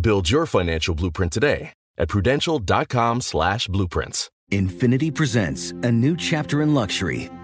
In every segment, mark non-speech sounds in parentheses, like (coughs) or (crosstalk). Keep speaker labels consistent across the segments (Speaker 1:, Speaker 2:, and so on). Speaker 1: Build your financial blueprint today at prudential.com slash blueprints.
Speaker 2: Infinity presents a new chapter in luxury,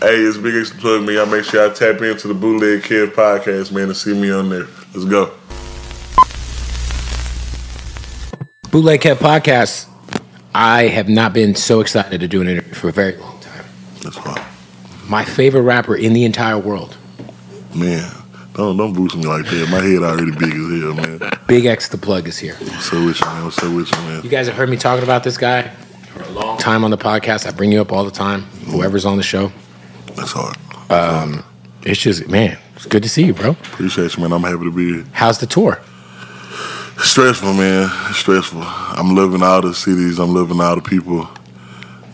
Speaker 3: Hey, it's Big X Plug Me. Y'all make sure I tap into the Bootleg Kid podcast, man, and see me on there. Let's go.
Speaker 4: Bootleg Cat Podcast. I have not been so excited to do an interview for a very long time.
Speaker 3: That's fine.
Speaker 4: My favorite rapper in the entire world,
Speaker 3: Man, don't don't boost me like that. My head already big as hell, man.
Speaker 4: Big X the Plug, is here.
Speaker 3: What's up with you, man? What's up with you, man?
Speaker 4: You guys have heard me talking about this guy for a long time on the podcast. I bring you up all the time, whoever's on the show.
Speaker 3: That's hard.
Speaker 4: Uh, It's just, man, it's good to see you, bro.
Speaker 3: Appreciate you, man. I'm happy to be here.
Speaker 4: How's the tour?
Speaker 3: Stressful, man. Stressful. I'm loving all the cities. I'm loving all the people.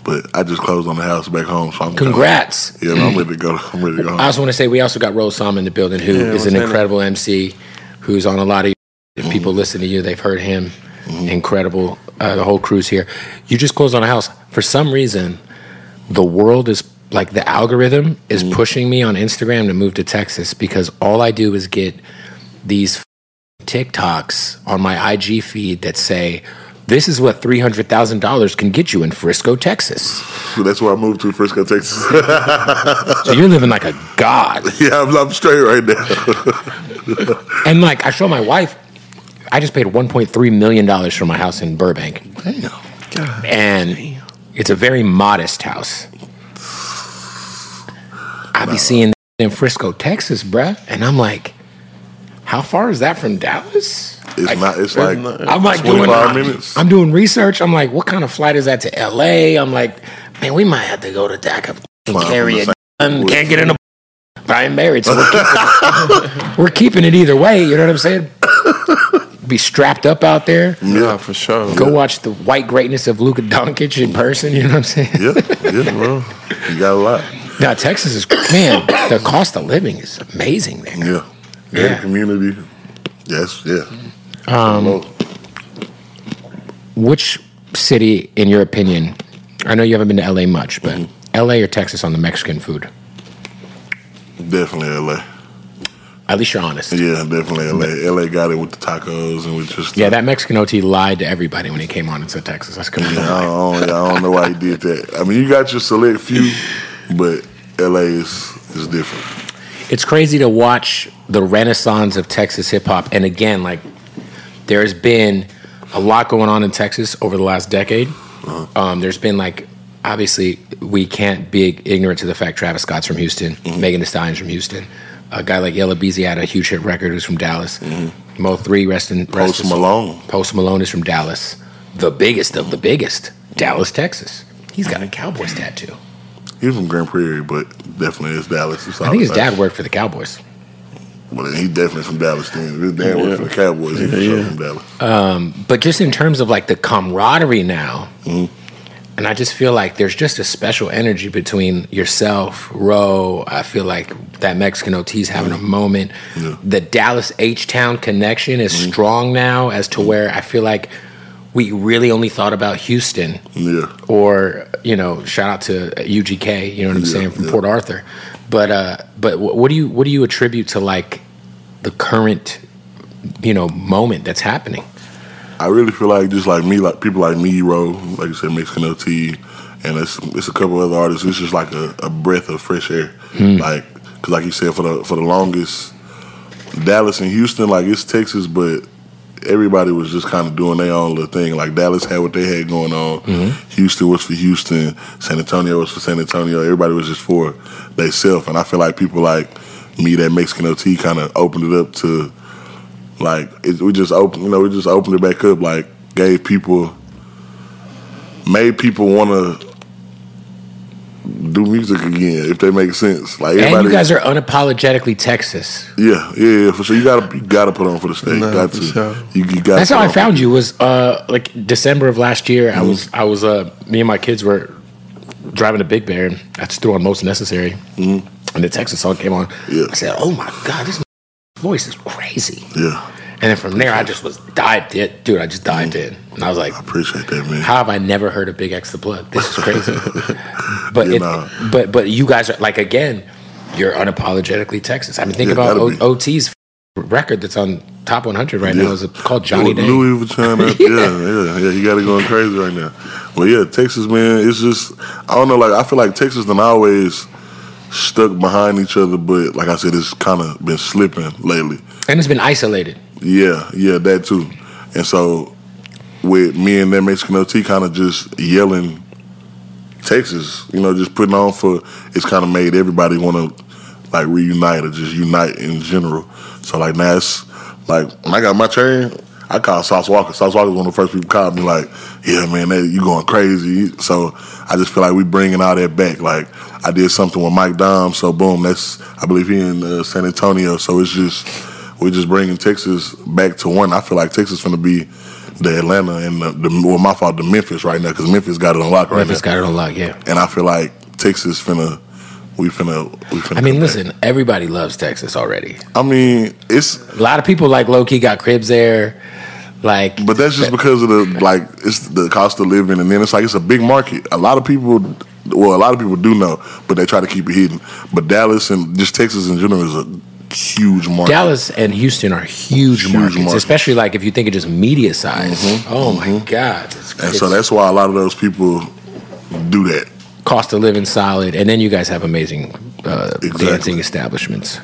Speaker 3: But I just closed on the house back home, so I'm kinda-
Speaker 4: Congrats.
Speaker 3: yeah, man, I'm ready to go. I'm ready to go.
Speaker 4: I
Speaker 3: Home.
Speaker 4: also want to say we also got Rose Som in the building, who is
Speaker 3: Yeah, what's
Speaker 4: an
Speaker 3: happening?
Speaker 4: incredible MC, who's on a lot of. If people listen to you, they've heard him. Incredible. Uh, the whole crew's here. You just closed on a house. For some reason, the world is like the algorithm is pushing me on Instagram to move to Texas because all I do is get these f- TikToks on my IG feed that say. This is what three hundred thousand dollars can get you in Frisco, Texas.
Speaker 3: That's where I moved to, Frisco, Texas. (laughs)
Speaker 4: So you're living like a god.
Speaker 3: yeah, I'm, I'm straight right now.
Speaker 4: And like I show my wife, I just paid 1.3 million dollars for my house in Burbank,
Speaker 3: Damn. God.
Speaker 4: and it's a very modest house. I be seeing that in Frisco, Texas, bruh, and I'm like, how far is that from Dallas?
Speaker 3: It's not. It's like
Speaker 4: I'm like doing,
Speaker 3: 25 minutes.
Speaker 4: I'm doing research. I'm like, what kind of flight is that to L.A.? I'm like, man, we might have to go to DACA and
Speaker 3: Flying
Speaker 4: carry a
Speaker 3: from
Speaker 4: gun. Can't get in a. But I'm married, so we're
Speaker 3: (laughs)
Speaker 4: keeping, we're keeping it either way. You know what I'm saying? Be strapped up out there.
Speaker 5: Yeah, for sure.
Speaker 4: Go watch the white greatness of Luka Doncic in person. You know what I'm saying?
Speaker 3: yeah, yeah, bro. You got a lot.
Speaker 4: Now Texas is man. The cost of living is amazing there.
Speaker 3: Yeah. Yeah.
Speaker 4: Yeah.
Speaker 3: community. Yes. Yeah.
Speaker 4: Um,
Speaker 3: Hello.
Speaker 4: Which city, in your opinion? I know you haven't been to LA much, but
Speaker 3: Mm-hmm.
Speaker 4: LA or Texas on the Mexican food?
Speaker 3: Definitely LA.
Speaker 4: At least you're honest.
Speaker 3: Yeah, definitely LA. LA got it with the tacos and with just.
Speaker 4: Yeah, that Mexican OT lied to everybody when he came on and said Texas. That's
Speaker 3: I
Speaker 4: completely
Speaker 3: don't,
Speaker 4: lie.
Speaker 3: I don't- I don't know why he did that. I mean, you got your select few, but LA is is different.
Speaker 4: It's crazy to watch the renaissance of Texas hip hop. And again, like there's been a lot going on in Texas over the last decade.
Speaker 3: Uh-huh.
Speaker 4: Um, there's been like obviously we can't be ignorant to the fact Travis Scott's from Houston,
Speaker 3: Mm-hmm.
Speaker 4: Megan Thee Stallion's from Houston. A guy like Yellow Beezy had a huge hit record who's from Dallas. Mo three rest in rest
Speaker 3: Mm-hmm. Post
Speaker 4: his soul.
Speaker 3: Malone.
Speaker 4: Post Malone is from Dallas, the biggest of the biggest,
Speaker 3: Mm-hmm.
Speaker 4: Dallas, Texas. He's got a Cowboys tattoo.
Speaker 3: He's from Grand Prairie, but definitely is Dallas.
Speaker 4: I think his dad worked for the Cowboys.
Speaker 3: Well, he's definitely from Dallas. Then his dad worked for the Cowboys. He's for sure from Dallas.
Speaker 4: Uh, But just in terms of like the camaraderie now,
Speaker 3: Mm-hmm.
Speaker 4: and I just feel like there's just a special energy between yourself, Ro. I feel like that Mexican OT's having
Speaker 3: Mm-hmm.
Speaker 4: a moment.
Speaker 3: Mm-hmm.
Speaker 4: The Dallas H Town connection is strong now, as to where I feel like we really only thought about Houston
Speaker 3: Yeah.
Speaker 4: or you know, shout out to UGK. You know what I'm
Speaker 3: Yeah,
Speaker 4: saying from
Speaker 3: yeah.
Speaker 4: Port Arthur. But uh, but wh- what do you what do you attribute to like the current you know moment that's happening?
Speaker 3: I really feel like just like me, like people like me, Ro, like you said, Mexican LT, and it's it's a couple other artists. It's just like a, a breath of fresh air, like because like you said, for the for the longest, Dallas and Houston, like it's Texas, but everybody was just kind of doing their own little thing. Like Dallas had what they had going on.
Speaker 4: Mm-hmm.
Speaker 3: Houston was for Houston. San Antonio was for San Antonio. Everybody was just for theyself, and I feel like people like me, that Mexican OT, kind of opened it up to like it, we just open, you know, we just opened it back up. Like gave people, made people want to do music again if they make sense. Like
Speaker 4: and you guys are unapologetically Texas.
Speaker 3: yeah, yeah, yeah, for sure. You gotta, you gotta put on for the state.
Speaker 5: Nah,
Speaker 3: got
Speaker 5: for
Speaker 3: to.
Speaker 5: sure.
Speaker 3: You, you got.
Speaker 4: That's how I found you. Was uh like December of last year. I was
Speaker 3: Mm-hmm.
Speaker 4: I was uh me and my kids were driving to Big Bear. and I just threw on most necessary, and the Texas song came on.
Speaker 3: Mm-hmm. Yeah.
Speaker 4: I said, "Oh my god, this voice is crazy."
Speaker 3: Yeah,
Speaker 4: And then from there, I just was dived in, dude. I just dived in, and I was like,
Speaker 3: I appreciate that, man.
Speaker 4: How have I never heard of Big X the Plug? This is crazy.
Speaker 3: (laughs)
Speaker 4: but
Speaker 3: You
Speaker 4: it,
Speaker 3: know.
Speaker 4: but but you guys are like again, you're unapologetically Texas. I mean, think
Speaker 3: Yeah,
Speaker 4: about
Speaker 3: gotta be.
Speaker 4: o- OT's record that's on top 100 right
Speaker 3: Yeah.
Speaker 4: now. Is called Johnny
Speaker 3: With
Speaker 4: Day?
Speaker 3: Louis Vuitton.
Speaker 4: (laughs)
Speaker 3: up- yeah. yeah, yeah, You got it going crazy right now. But yeah, Texas, man, it's just I don't know. Like I feel like Texas and always stuck behind each other, but like I said, it's kind of been slipping lately.
Speaker 4: and it's been isolated.
Speaker 3: Yeah, yeah, that too. And so with me and that Mexican OT kind of just yelling Texas, you know, just putting on for it's kind of made everybody want to like reunite or just unite in general. So like now it's like when I got my chain, I called Sauce Walker. Sauce Walker was one of the first people called me like, "Yeah, man, that, you going crazy." So I just feel like we bringing all that back. Like I did something with Mike Dom, so boom, that's I believe he in uh, San Antonio. So it's just we're just bringing Texas back to one. I feel like Texas going to be the Atlanta and the, the well, my fault, the Memphis right now because Memphis got it on lock right
Speaker 4: Memphis
Speaker 3: now.
Speaker 4: got it on lock. Yeah.
Speaker 3: and I feel like Texas finna, we finna, we finna.
Speaker 4: I
Speaker 3: come
Speaker 4: mean,
Speaker 3: back.
Speaker 4: listen, everybody loves Texas already.
Speaker 3: I mean, it's
Speaker 4: A lot of people like low key got cribs there. Like,
Speaker 3: but that's just because of the like it's the cost of living, and then it's like it's a big market. A lot of people, well, a lot of people do know, but they try to keep it hidden. But Dallas and just Texas in general is a huge market.
Speaker 4: Dallas and Houston are huge,
Speaker 3: Huge
Speaker 4: markets,
Speaker 3: markets. Mm-hmm.
Speaker 4: especially like if you think of just media size. Oh my God! It's,
Speaker 3: and
Speaker 4: it's
Speaker 3: so that's why a lot of those people do that. (laughs)
Speaker 4: cost of living solid, and then you guys have amazing uh,
Speaker 3: Exactly. (laughs)
Speaker 4: dancing establishments,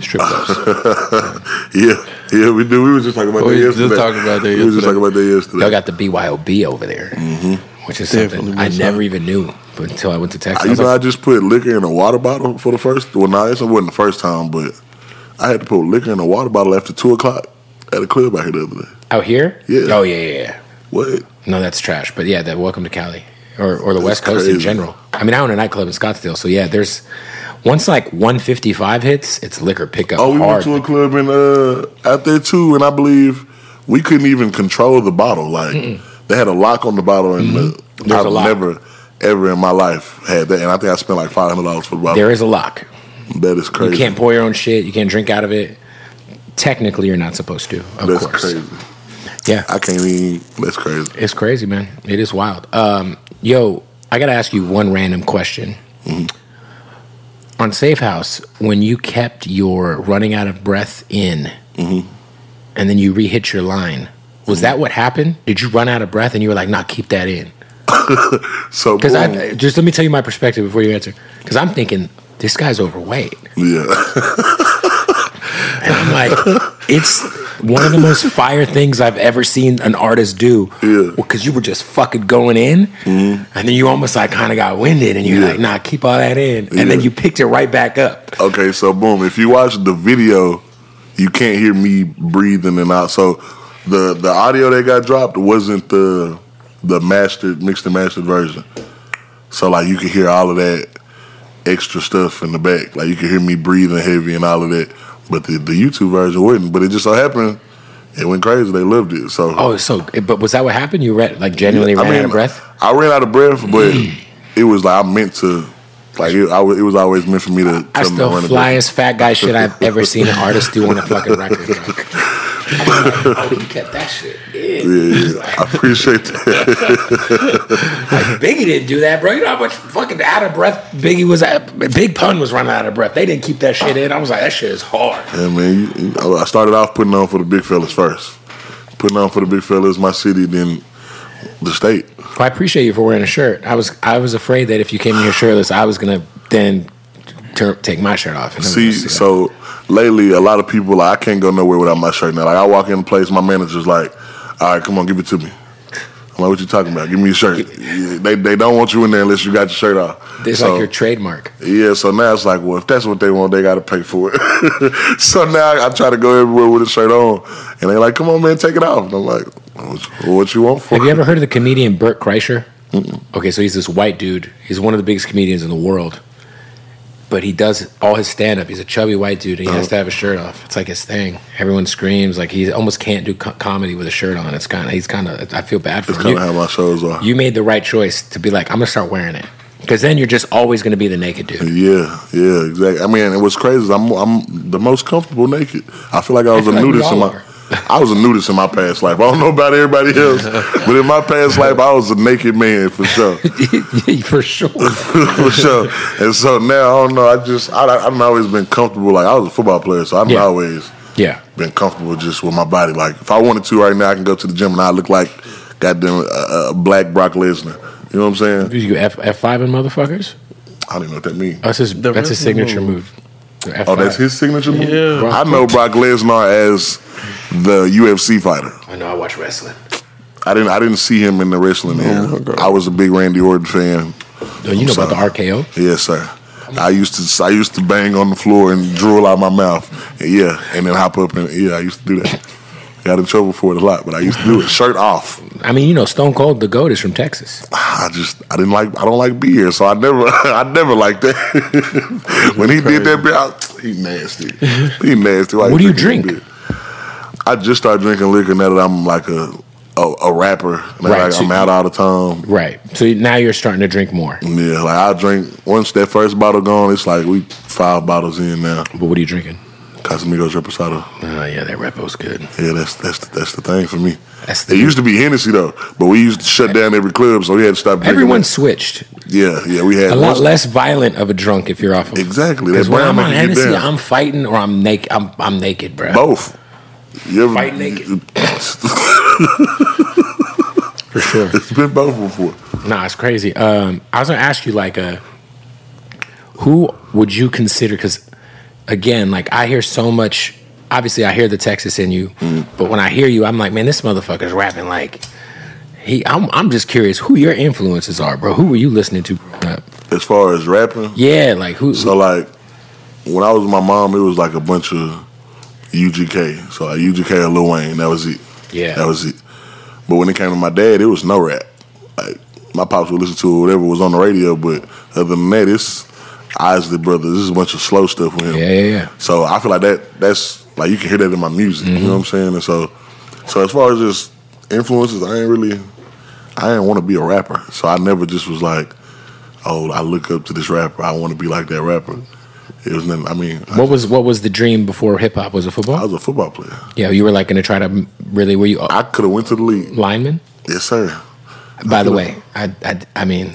Speaker 4: strip clubs.
Speaker 3: Yeah, yeah, we do. We were just talking about
Speaker 5: We
Speaker 3: that
Speaker 5: was just
Speaker 3: yesterday.
Speaker 5: talking about that
Speaker 3: We were just
Speaker 5: yesterday.
Speaker 3: talking about that yesterday.
Speaker 4: Y'all got the BYOB over there, which is
Speaker 5: Definitely
Speaker 4: something I
Speaker 5: been
Speaker 4: never
Speaker 5: something.
Speaker 4: even knew until I went to Texas.
Speaker 3: I,
Speaker 4: I
Speaker 3: Mm-hmm. you
Speaker 4: was
Speaker 3: know, I
Speaker 4: like,
Speaker 3: just put liquor in a water bottle for the first. Well, no, this wasn't the first time, but I had to put liquor in a water bottle after two o'clock at a club out here the other day.
Speaker 4: out here?
Speaker 3: Yeah.
Speaker 4: Oh yeah, yeah, yeah.
Speaker 3: What?
Speaker 4: No, that's trash. But yeah, that Welcome to Cali or, or the West
Speaker 3: That's
Speaker 4: Coast in
Speaker 3: crazy.
Speaker 4: general. I mean, I own a nightclub in Scottsdale, so yeah, there's once like 155 hits, it's liquor pickup
Speaker 3: Oh, we went
Speaker 4: hard.
Speaker 3: to a club in uh out there too, and I believe we couldn't even control the bottle. Like they had a lock on the bottle, and the,
Speaker 4: Mm-hmm. There's
Speaker 3: I've
Speaker 4: a lock.
Speaker 3: never ever in my life had that. And I think I spent like five hundred dollars for the bottle.
Speaker 4: there is a lock.
Speaker 3: that is
Speaker 4: You
Speaker 3: crazy.
Speaker 4: can't pour your own shit. You can't drink out of it. Technically, you're not supposed to. Of
Speaker 3: that's
Speaker 4: course.
Speaker 3: crazy.
Speaker 4: Yeah,
Speaker 3: I can't even. That's crazy.
Speaker 4: it's crazy, man. It is wild. Um, yo, I gotta ask you one random question. On Safe House, when you kept your running out of breath in, and then you re-hit your line, was that what happened? Did you run out of breath and you were like, "Nah, keep that in"?
Speaker 3: So
Speaker 4: Because
Speaker 3: boom.
Speaker 4: I just let me tell you my perspective before you answer. Because I'm thinking this guy's overweight.
Speaker 3: yeah. (laughs)
Speaker 4: And I'm like, it's one of the most fire things I've ever seen an artist do.
Speaker 3: Yeah. Mm-hmm.
Speaker 4: Because you were just fucking going in, and then you almost like kind of got winded, and you're
Speaker 3: Yeah.
Speaker 4: like, nah, keep all that in. And then
Speaker 3: Yeah.
Speaker 4: you picked it right back up.
Speaker 3: Okay, so boom. If you watch the video, you can't hear me breathing and out. So the the audio that got dropped wasn't the the mastered mixed and mastered version. So like you could hear all of that extra stuff in the back. Like you could hear me breathing heavy and all of that. But the, the YouTube version wouldn't. But it just so happened it went crazy. They loved it. So
Speaker 4: Oh, so, but was that what happened? You read, like, genuinely ran out of breath?
Speaker 3: I ran out of breath,
Speaker 4: (clears throat)
Speaker 3: but it was like I meant to. Like it, I, was- it was always meant for me to.
Speaker 4: That's
Speaker 3: to
Speaker 4: the
Speaker 3: run a bit. (laughs)
Speaker 4: flyest fat guy shit I've ever seen an artist do on a fucking record. bro. I would have kept that shit in.
Speaker 3: Yeah, I appreciate that.
Speaker 4: Like, Biggie didn't do that, bro. You know how much fucking out of breath Biggie was at. Big Pun was running out of breath. They didn't keep that shit in. I was like, that shit is hard.
Speaker 3: (laughs) yeah, man. You, you- I started off putting on for the big fellas first. Putting on for the big fellas, my city, then the state.
Speaker 4: Well, I appreciate you for wearing a shirt. I was I was afraid that if you came in here shirtless, I was gonna then tur take my shirt off. And
Speaker 3: See, so lately, a lot of people like I can't go nowhere without my shirt now. Like I walk in the place, my manager's like, "All right, come on, give it to me." I'm like, "What you talking about? Give me your shirt." Yeah, they they don't want you in there unless you got your shirt off.
Speaker 4: it's
Speaker 3: So-
Speaker 4: like your trademark.
Speaker 3: Yeah, so now it's like, well, if that's what they want, they got to pay for it. (laughs) so now I try to go everywhere with a shirt on, and they like, "Come on, man, take it off." And I'm like, "What, what you want for?"
Speaker 4: Have you ever heard of the comedian Burt Kreischer? Okay, so he's this white dude. He's one of the biggest comedians in the world. But he does all his stand up. He's a chubby white dude and he has to have a shirt off. It's like his thing. Everyone screams. Like he almost can't do co- comedy with a shirt on. It's kind of, he's kind of, I feel bad for
Speaker 3: That's
Speaker 4: him.
Speaker 3: kind of
Speaker 4: You-
Speaker 3: how my shows are.
Speaker 4: you made the right choice to be like, I'm gonna start wearing it. Because then you're just always gonna be the naked dude. (laughs)
Speaker 3: Yeah, yeah, exactly. I mean, and what's crazy is I'm I'm the most comfortable naked. I feel like I was
Speaker 4: (laughs)
Speaker 3: a
Speaker 4: feel like we
Speaker 3: nudist in
Speaker 4: all
Speaker 3: my
Speaker 4: are.
Speaker 3: I was a nudist in my past life. I don't know about everybody
Speaker 4: (laughs)
Speaker 3: else, but in my past life, I was a naked man for sure,
Speaker 4: For
Speaker 3: (laughs)
Speaker 4: sure.
Speaker 3: for sure. And so now I don't know. I just I I- I've always been comfortable. Like I was a football player, so I've
Speaker 4: Yeah.
Speaker 3: always
Speaker 4: Yeah.
Speaker 3: been comfortable just with my body. Like if I wanted to right now, I can go to the gym and I look like goddamn uh, uh, black Brock Lesnar. You know what I'm saying?
Speaker 4: You F F five and motherfuckers?
Speaker 3: I don't even know what that means.
Speaker 4: That's his
Speaker 5: The
Speaker 4: that's his
Speaker 5: rhythm
Speaker 4: signature move. F5.
Speaker 3: Oh, that's his signature move.
Speaker 5: Yeah.
Speaker 3: I know Brock Lesnar as the UFC fighter.
Speaker 4: I know I watch wrestling.
Speaker 3: I didn't. I didn't see him in the wrestling era. I was a big Randy Orton fan.
Speaker 4: Oh, you know about the RKO?
Speaker 3: Yes, sir. I used to. I used to bang on the floor and drool out my mouth. And yeah, and then hop up and yeah. I used to do that. Got in trouble for it a lot, but I used to do it. Shirt off.
Speaker 4: I mean, you know, Stone Cold the Goat is from Texas.
Speaker 3: I just. I didn't like. I don't like beer, so I never. (laughs) I never liked that. (laughs) when he did that, beer, I, he nasty.
Speaker 4: (laughs)
Speaker 3: He nasty. Why he
Speaker 4: What do you
Speaker 3: drinking
Speaker 4: drink?
Speaker 3: beer? I just started drinking liquor now that I'm like a a, a rapper. Now
Speaker 4: Right,
Speaker 3: like
Speaker 4: so-
Speaker 3: I'm out all the time.
Speaker 4: Right. So you- now you're starting to drink more.
Speaker 3: Yeah, like I drink once that first bottle gone, it's like we five bottles in now.
Speaker 4: But what are you drinking?
Speaker 3: Casamigos Reposado.
Speaker 4: Oh yeah, that repo's good.
Speaker 3: Yeah, that's that's the, that's the thing for me.
Speaker 4: That's the-
Speaker 3: it used to be Hennessy though, but we used to shut down every club, so we had to stop. drinking
Speaker 4: Everyone
Speaker 3: that.
Speaker 4: switched.
Speaker 3: yeah, yeah, we had
Speaker 4: A lot
Speaker 3: once-
Speaker 4: less violent of a drunk if you're off of
Speaker 3: Exactly. That
Speaker 4: Because when
Speaker 3: brown
Speaker 4: I'm
Speaker 3: make
Speaker 4: on
Speaker 3: you get
Speaker 4: Hennessy,
Speaker 3: down.
Speaker 4: I'm fighting or I'm naked. I'm I'm naked, bro.
Speaker 3: both. You ever,
Speaker 4: Fight naked. for sure.
Speaker 3: (laughs) it's been both before.
Speaker 4: Nah, it's crazy. Um, I was gonna ask you like, uh, who would you consider? Because again, like I hear so much. Obviously, I hear the Texas in you,
Speaker 3: Mm.
Speaker 4: but when I hear you, I'm like, man, this motherfucker's rapping like he. I'm I'm just curious who your influences are, bro. Who were you listening to? growing up?
Speaker 3: As far as rapping,
Speaker 4: Yeah, like who?
Speaker 3: So like, when I was with my mom, it was like a bunch of UGK. So like UGK and Lil Wayne, that was it.
Speaker 4: Yeah.
Speaker 3: that was it. But when it came to my dad, it was no rap. Like my pops would listen to whatever was on the radio, but other than that, it's Isley Brothers. This is a bunch of slow stuff with him.
Speaker 4: yeah, yeah, yeah.
Speaker 3: So I feel like that. That's like you can hear that in my music. You know what I'm saying? And so, so as far as just influences, I ain't really, I didn't want to be a rapper. So I never just was like, oh, I look up to this rapper. I want to be like that rapper. It was nothing. I mean, I,
Speaker 4: What was what was the dream before hip hop was a
Speaker 3: I
Speaker 4: football?
Speaker 3: was a football player.
Speaker 4: yeah, you were like gonna try to m- really were you a
Speaker 3: I could have went to the league.
Speaker 4: lineman?
Speaker 3: Yes, sir.
Speaker 4: By the way, I, I, I mean,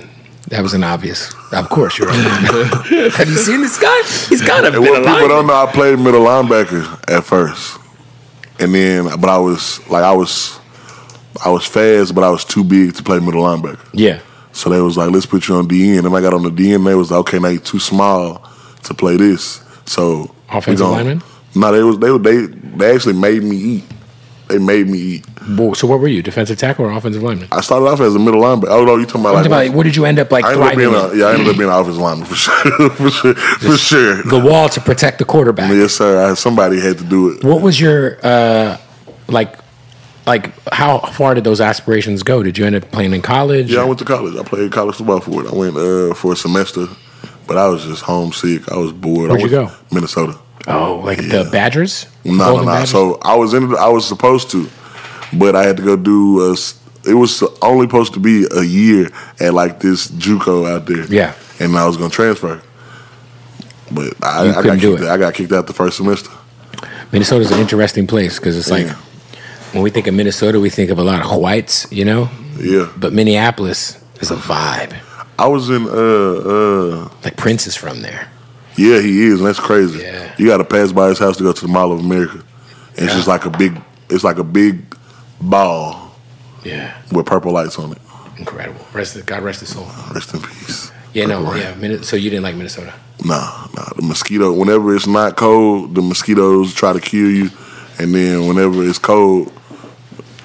Speaker 4: that was an obvious. Of course, you're. right. (laughs) Have you seen this guy? He's kind of
Speaker 3: And what people don't know, I played middle linebacker at first, and then, but I was like, I was, I was fast, but I was too big to play middle linebacker.
Speaker 4: Yeah,
Speaker 3: So they was like, let's put you on DN. And when I got on the DN, they was like, okay, now you too small to play this. So we
Speaker 4: Offensive
Speaker 3: gonna-
Speaker 4: lineman?
Speaker 3: No, they was they they they actually made me eat. They made me eat.
Speaker 4: Well, so what were you, defensive tackle or offensive lineman?
Speaker 3: I started off as a middle linebacker. Oh no, you talking about
Speaker 4: What
Speaker 3: like?
Speaker 4: about- what did you end up like
Speaker 3: I ended up
Speaker 4: thriving?
Speaker 3: being
Speaker 4: in?
Speaker 3: a, yeah, I ended up being an offensive lineman for (laughs) sure, for sure, for sure.
Speaker 4: the wall to protect the quarterback.
Speaker 3: Yes, sir. I, somebody had to do it.
Speaker 4: What was your uh, like? Like, how far did those aspirations go? Did you end up playing in college?
Speaker 3: Yeah, I went to college. I played college football for it. I went uh, for a semester, but I was just homesick. I was bored.
Speaker 4: Where'd
Speaker 3: I
Speaker 4: you
Speaker 3: went
Speaker 4: go?
Speaker 3: Minnesota.
Speaker 4: oh, like the Badgers?
Speaker 3: No, no,
Speaker 4: Golden
Speaker 3: no.
Speaker 4: Badgers?
Speaker 3: So I was in. I was supposed to, but I had to go do. A, s- it was only supposed to be a year at like this JUCO out there.
Speaker 4: Yeah.
Speaker 3: and I was gonna transfer, but I,
Speaker 4: You
Speaker 3: I got
Speaker 4: couldn't do
Speaker 3: kicked,
Speaker 4: it.
Speaker 3: I got kicked out the first semester.
Speaker 4: Minnesota's an interesting place because it's like
Speaker 3: Yeah.
Speaker 4: when we think of Minnesota, we think of a lot of whites, you know.
Speaker 3: Yeah.
Speaker 4: But Minneapolis is a vibe.
Speaker 3: I was in uh uh
Speaker 4: Like Prince is from there.
Speaker 3: yeah, he is, and that's crazy.
Speaker 4: Yeah.
Speaker 3: You gotta pass by his house to go to the Mall of America. And it's
Speaker 4: Yeah.
Speaker 3: just like a big it's like a big ball
Speaker 4: Yeah,
Speaker 3: with purple lights on it.
Speaker 4: incredible. Rest God rest his soul.
Speaker 3: Rest in peace.
Speaker 4: Yeah, no,
Speaker 3: Right.
Speaker 4: yeah. Minne- So you didn't like Minnesota? (laughs)
Speaker 3: Nah, nah. The mosquito. Whenever it's not cold, the mosquitoes try to kill you, and then whenever it's cold,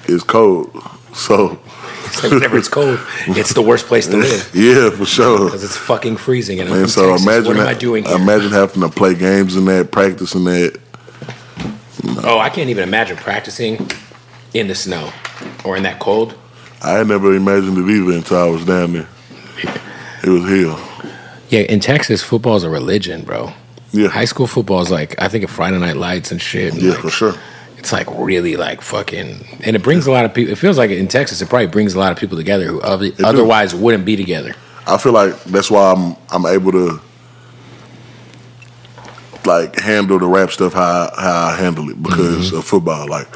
Speaker 3: it's cold. So,
Speaker 4: It's like whenever it's cold, it's the worst
Speaker 3: (laughs)
Speaker 4: place to live
Speaker 3: yeah, for sure.
Speaker 4: because it's fucking freezing. And, I'm
Speaker 3: And
Speaker 4: from
Speaker 3: so
Speaker 4: Texas.
Speaker 3: imagine
Speaker 4: what am
Speaker 3: ha-
Speaker 4: I doing here?
Speaker 3: imagine having to play games in that, practicing that.
Speaker 4: oh, I can't even imagine practicing in the snow or in that cold.
Speaker 3: I had never imagined it either until I was down there. It was hell.
Speaker 4: Yeah, in Texas, football is a religion, bro.
Speaker 3: Yeah,
Speaker 4: High school football is like I think of Friday Night Lights and shit. and
Speaker 3: yeah,
Speaker 4: like,
Speaker 3: for sure.
Speaker 4: It's like really like fucking, and it brings a lot of people. It feels like in Texas, it probably brings a lot of people together who other-
Speaker 3: do.
Speaker 4: otherwise wouldn't be together.
Speaker 3: I feel like that's why I'm I'm able to like handle the rap stuff how I, how I handle it because of football. Like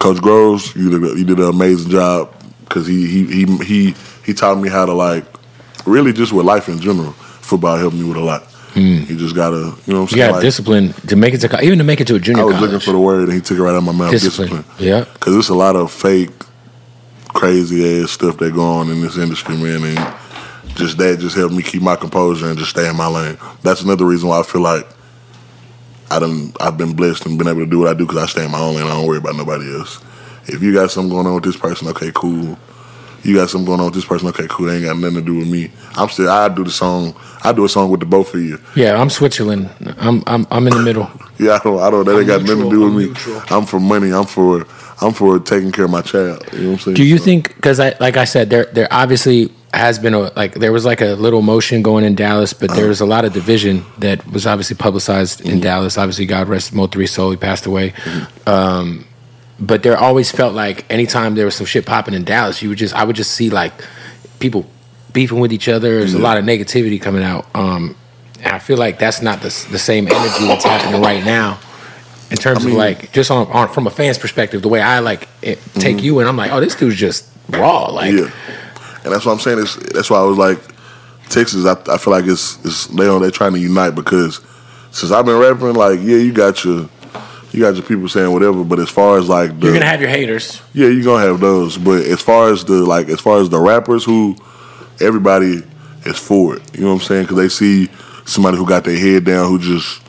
Speaker 3: Coach Groves, you did a, you did an amazing job because he he he he he taught me how to like really just with life in general. Football helped me with a lot. You just gotta Mm. you know what I'm
Speaker 4: You
Speaker 3: saying.
Speaker 4: got
Speaker 3: Like,
Speaker 4: discipline to make it to co- even to make it to a junior
Speaker 3: I was
Speaker 4: college.
Speaker 3: looking for the word and he took it right out of my mouth.
Speaker 4: Discipline.
Speaker 3: Discipline.
Speaker 4: Yeah.
Speaker 3: Because it's a lot of fake, crazy ass stuff that go on in this industry, man. And just that just helped me keep my composure and just stay in my lane. That's another reason why I feel like I done, I've been blessed and been able to do what I do because I stay in my own lane. I don't worry about nobody else. If you got something going on with this person, okay, cool. You got something going on with this person, okay, cool. They ain't got nothing to do with me. I'm still, I do the song, I do a song with the both of you.
Speaker 4: yeah, I'm Switzerland. I'm I'm I'm in the middle.
Speaker 3: Yeah, I don't. I don't. That ain't got nothing to do
Speaker 4: neutral,
Speaker 3: with
Speaker 4: I'm
Speaker 3: me.
Speaker 4: neutral.
Speaker 3: I'm for money. I'm for. I'm for taking care of my child. You know what I'm saying?
Speaker 4: Do you think? Because I like I said, there there obviously has been a like there was like a little motion going in Dallas, but there was a lot of division that was obviously publicized
Speaker 3: Mm-hmm.
Speaker 4: in Dallas. Obviously, God rest Moultrie's soul; he passed away. Um, but there always felt like anytime there was some shit popping in Dallas, you would just I would just see like people beefing with each other. There's a lot of negativity coming out. Um, and I feel like that's not the, s- the same energy that's happening right now in terms of like just on, on from a fan's perspective, the way I like it, take you and I'm like, oh, this dude's just raw. Like,
Speaker 3: Yeah. And that's what I'm saying. Is that's why I was like, Texas. I, I feel like it's, it's they on they trying to unite because since I've been rapping, like yeah, you got your you got your people saying whatever. But as far as like the
Speaker 4: you're gonna have your haters.
Speaker 3: yeah, you're gonna have those. But as far as the like, as far as the rappers who everybody is for it. You know what I'm saying? Because they see somebody who got their head down, who just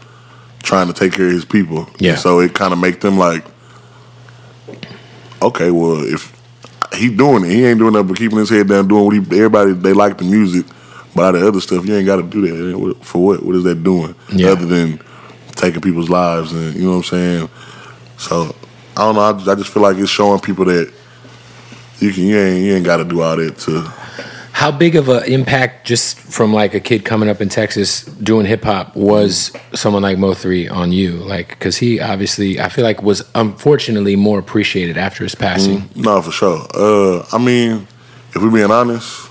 Speaker 3: trying to take care of his people.
Speaker 4: Yeah.
Speaker 3: And so it kind of make them like, okay, well, if he doing it, he ain't doing nothing but keeping his head down, doing what he. Everybody they like the music, but all the other stuff you ain't got to do that What- for what? What is that doing
Speaker 4: Yeah.
Speaker 3: other than taking people's lives and you know what I'm saying? So I don't know. I just, I just feel like it's showing people that. You can you ain't you ain't got to do all that to
Speaker 4: How big of an impact just from like a kid coming up in Texas doing hip hop was someone like Mo Three on you? Like, because he obviously I feel like was unfortunately more appreciated after his passing.
Speaker 3: No, for sure. Uh, I mean, if we're being honest,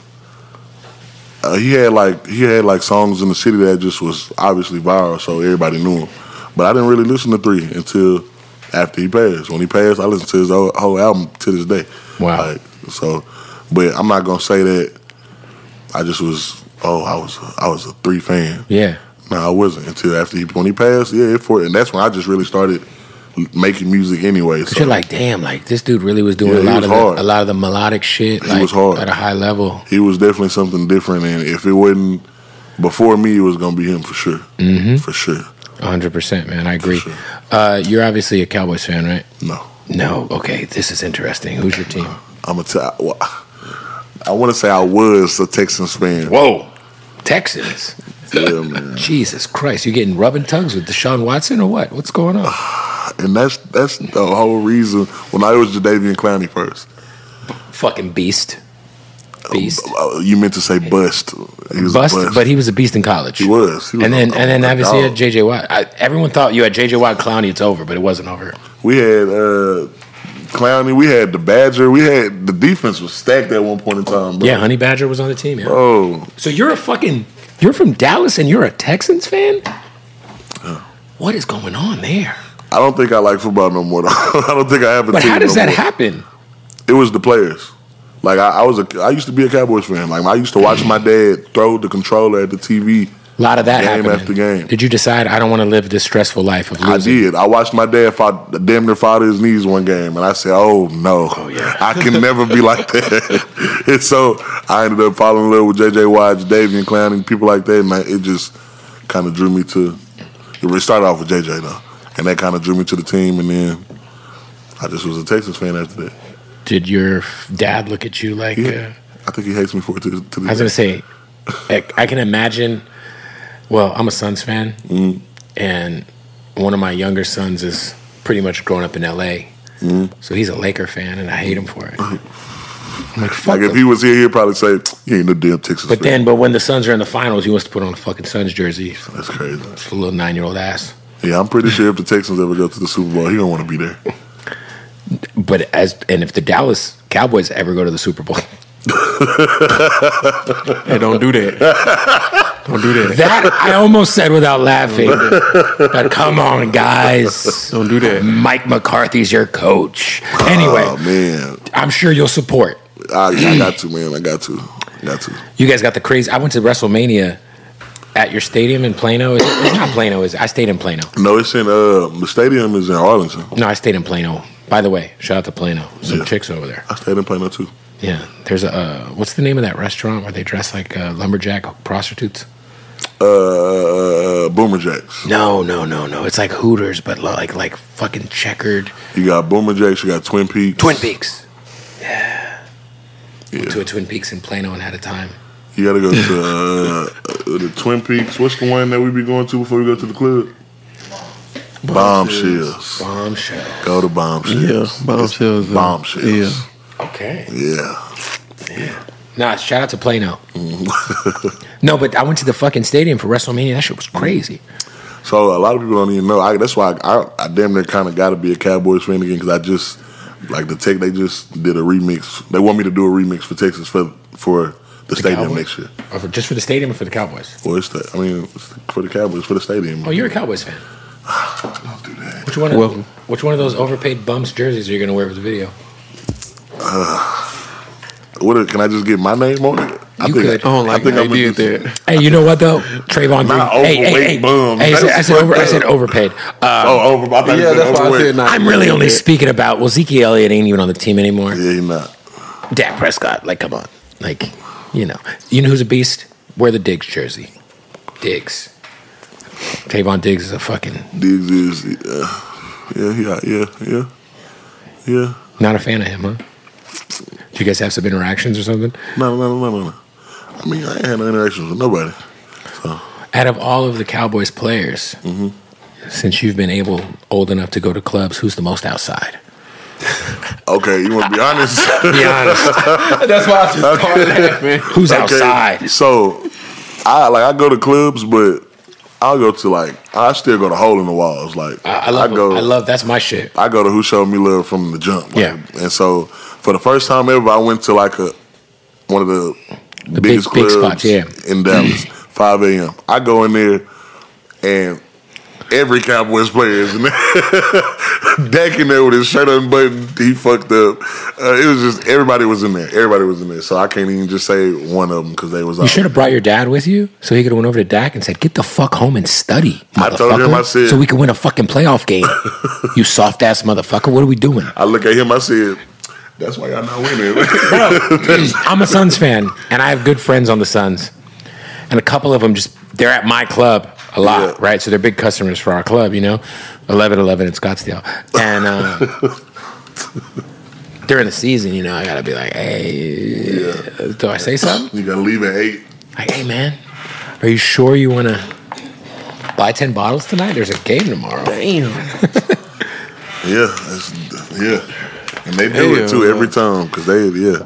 Speaker 3: uh, he had like he had like songs in the city that just was obviously viral, so everybody knew him. But I didn't really listen to Three until after he passed. When he passed, I listened to his whole, whole album to this day.
Speaker 4: Wow.
Speaker 3: Like, so, but I'm not gonna say that. I just was. Oh, I was I was a Three fan.
Speaker 4: Yeah,
Speaker 3: No, I wasn't until after he when he passed. Yeah, it for and that's when I just really started making music anyway.
Speaker 4: but
Speaker 3: so-
Speaker 4: you're like, damn, like this dude really was
Speaker 3: Yeah,
Speaker 4: doing
Speaker 3: he
Speaker 4: a lot
Speaker 3: was
Speaker 4: of
Speaker 3: hard.
Speaker 4: the, a lot of the melodic shit.
Speaker 3: He
Speaker 4: like,
Speaker 3: was hard.
Speaker 4: at a high level.
Speaker 3: he was definitely something different. And if it wasn't before me, it was gonna be him for sure. Mm-hmm. For sure.
Speaker 4: hundred percent, man. I agree.
Speaker 3: sure.
Speaker 4: Uh, you're obviously a Cowboys fan, right?
Speaker 3: No,
Speaker 4: No. Okay, this is interesting. Who's your team?
Speaker 3: I'm a. T- I, well, I want to say I was a Texans fan.
Speaker 4: Whoa, Texans.
Speaker 3: Yeah, man.
Speaker 4: Jesus Christ, you getting rubbing tongues with Deshaun Watson or what? What's going on?
Speaker 3: And that's that's the whole reason when I was Jadavian Clowney first.
Speaker 4: Fucking beast. Beast.
Speaker 3: Uh, You meant to say bust. He was a
Speaker 4: Bust, but he was a beast in college.
Speaker 3: He was. He was
Speaker 4: and then,
Speaker 3: a-
Speaker 4: and then
Speaker 3: a
Speaker 4: obviously you had
Speaker 3: dog.
Speaker 4: JJ Watt. I, everyone thought you had JJ Watt Clowney. It's over, but it wasn't over.
Speaker 3: we had uh, Clowney. We had the Badger. We had the defense was stacked at one point in time. Bro.
Speaker 4: Yeah, Honey Badger was on the team. Yeah.
Speaker 3: Oh,
Speaker 4: So you're a fucking you're from Dallas and you're a Texans fan. What is going on there?
Speaker 3: I don't think I like football no more. Though. (laughs) I don't think I have a
Speaker 4: But
Speaker 3: team.
Speaker 4: how does
Speaker 3: no
Speaker 4: that
Speaker 3: more.
Speaker 4: happen?
Speaker 3: It was the players. Like I, I was a, I used to be a Cowboys fan. Like I used to watch my dad throw the controller at the TV.
Speaker 4: A lot of that
Speaker 3: Game
Speaker 4: happening.
Speaker 3: after game.
Speaker 4: Did you decide I don't want to live this stressful life of
Speaker 3: I
Speaker 4: losing?
Speaker 3: did. I watched my dad fall, damn near fall to his knees one game, and I said, "Oh no, I can never be like that." (laughs) and so I ended up falling in love with JJ Watt, Davian Clowney, people like that, and I, it just kind of drew me to. It really started off with JJ though, and that kind of drew me to the team, and then I just was a Texas fan after that.
Speaker 4: Did your f- dad look at you like?
Speaker 3: Yeah,
Speaker 4: Uh,
Speaker 3: I think he hates me for it to, to this
Speaker 4: I was
Speaker 3: day.
Speaker 4: gonna say, I, I can imagine. Well, I'm a Suns fan, and one of my younger sons is pretty much growing up in L.A., so he's a Laker fan, and I hate him for it. I'm like, fuck
Speaker 3: Like if
Speaker 4: him.
Speaker 3: he was here, he'd probably say, "You ain't no damn Texas."
Speaker 4: but
Speaker 3: fan."
Speaker 4: then, but when the Suns are in the finals, he wants to put on a fucking Suns jersey.
Speaker 3: that's crazy.
Speaker 4: A little nine-year-old ass.
Speaker 3: Yeah, I'm pretty sure if the Texans ever go to the Super Bowl, he don't want to be there.
Speaker 4: But as and if the Dallas Cowboys ever go to the Super Bowl, (laughs)
Speaker 5: Hey, don't do (laughs) that. don't do that.
Speaker 4: that I almost said without laughing. but come on, guys.
Speaker 5: Don't do that.
Speaker 4: Mike McCarthy's your coach. Anyway,
Speaker 3: oh man,
Speaker 4: I'm sure you'll support.
Speaker 3: I, I got to, man. I got to. Got to.
Speaker 4: You guys got the crazy. I went to WrestleMania at your stadium in Plano. It's, it's not Plano, is it? I stayed in Plano.
Speaker 3: No, it's in uh the stadium is in Arlington.
Speaker 4: No, I stayed in Plano. By the way, shout out to Plano. Some
Speaker 3: Yeah.
Speaker 4: chicks over there.
Speaker 3: I stayed in Plano too.
Speaker 4: Yeah, there's a uh, what's the name of that restaurant where they dress like uh, lumberjack prostitutes?
Speaker 3: Uh, Boomer Jacks.
Speaker 4: No, no, no, no. It's like Hooters, but lo- like like fucking checkered.
Speaker 3: You got Boomer Jacks. You got Twin Peaks.
Speaker 4: Twin Peaks.
Speaker 3: Yeah.
Speaker 4: To a Twin Peaks in Plano and had a time.
Speaker 3: You gotta go to uh, uh, the Twin Peaks. What's the one that we be going to before we go to the club? Bombshells.
Speaker 4: Bombshell.
Speaker 3: Go to Bombshells.
Speaker 5: Yeah, Bombshells, uh,
Speaker 3: Bombshells.
Speaker 5: yeah.
Speaker 4: Okay.
Speaker 3: Yeah.
Speaker 4: Nah, shout out to Plano.
Speaker 3: Mm. (laughs)
Speaker 4: no, but I went to the fucking stadium for WrestleMania. That shit was crazy.
Speaker 3: So a lot of people don't even know. I, that's why I, I, I damn near kind of got to be a Cowboys fan again because I just like the tech. They just did a remix. They want me to do a remix for Texas for for the, stadium
Speaker 4: Cowboys?
Speaker 3: next year.
Speaker 4: Or for, just for the stadium or for the Cowboys?
Speaker 3: Well, it's the, I mean, it's for the Cowboys, for the stadium.
Speaker 4: Oh, you're a Cowboys fan.
Speaker 3: Don't do that.
Speaker 4: Which one of,
Speaker 5: Welcome.
Speaker 4: which one of those overpaid bumps jerseys are you going to wear for the video?
Speaker 3: What are- can I just get my name on it? I
Speaker 4: You could.
Speaker 5: I don't like
Speaker 3: think
Speaker 5: how
Speaker 3: I'm
Speaker 5: you
Speaker 3: gonna
Speaker 5: did
Speaker 3: just-
Speaker 5: that.
Speaker 4: Hey, you know what, though? Trayvon
Speaker 3: My
Speaker 4: Green. Hey, hey,
Speaker 3: overweight
Speaker 4: hey.
Speaker 3: bum.
Speaker 4: Hey, I, said, I,
Speaker 3: That's
Speaker 4: said over, I
Speaker 3: fucked
Speaker 4: said
Speaker 3: up.
Speaker 4: overpaid. Uh,
Speaker 3: oh, over. I thought you
Speaker 5: Yeah,
Speaker 3: said
Speaker 5: that's why I
Speaker 3: overweight.
Speaker 5: said not.
Speaker 4: I'm really only speaking about, well, Zeke Elliott ain't even on the team anymore.
Speaker 3: Yeah, he not.
Speaker 4: Dak Prescott, like, come on. Like, you know. You know who's a beast? Wear the Diggs jersey. Diggs. Tavon Diggs is a fucking,
Speaker 3: Diggs is. Uh, yeah, he out. Yeah, yeah, yeah.
Speaker 4: not a fan of him, huh? Do you guys have some interactions or something?
Speaker 3: No, no, no, no, no. I mean, I ain't had no interactions with nobody.
Speaker 4: Out of all of the Cowboys players, since you've been able, old enough to go to clubs, who's the most outside?
Speaker 3: Okay, you want to be
Speaker 4: (laughs)
Speaker 3: honest? (laughs)
Speaker 4: Be honest.
Speaker 5: That's why I just started laughing.
Speaker 4: Who's
Speaker 3: Okay,
Speaker 4: outside?
Speaker 3: So, I like I go to clubs, but I'll go to like I still go to hole in the walls. Like
Speaker 4: I, I love.
Speaker 3: go.
Speaker 4: I love. That's my shit.
Speaker 3: I go to Who Showed Me Love from the jump. like,
Speaker 4: Yeah.
Speaker 3: And so for the first time ever, I went to like a one of the, biggest
Speaker 4: big
Speaker 3: clubs
Speaker 4: spots, yeah.
Speaker 3: in
Speaker 4: (clears throat)
Speaker 3: Dallas, 5 a.m. I go in there and every Cowboys player is in there. (laughs) Dak in there with his shirt unbuttoned, he fucked up. Uh, it was just everybody was in there. Everybody was in there. So I can't even just say one of them because they was
Speaker 4: You
Speaker 3: all-
Speaker 4: should have brought your dad with you, so he could have went over to Dak and said, "Get the fuck home and study,
Speaker 3: I told him,
Speaker 4: motherfucker,
Speaker 3: I said-
Speaker 4: so we could win a fucking
Speaker 3: (laughs)
Speaker 4: playoff game." you soft ass motherfucker. What are we doing?
Speaker 3: I look at him. I said, "That's why y'all not
Speaker 4: (laughs)
Speaker 3: winning."
Speaker 4: I'm a Suns fan, and I have good friends on the Suns, and a couple of them just they're at my club a lot,
Speaker 3: Yeah.
Speaker 4: right? So they're big customers for our club, you know, eleven eleven in Scottsdale, and
Speaker 3: (laughs)
Speaker 4: uh, during the season, you know, I gotta be like, hey, do I say something?
Speaker 3: you gotta leave at eight.
Speaker 4: Like, hey, man, are you sure you want to buy ten bottles tonight? There's a game tomorrow.
Speaker 3: Yeah, that's, yeah, and they do
Speaker 5: Yeah.
Speaker 3: it too every time because they yeah.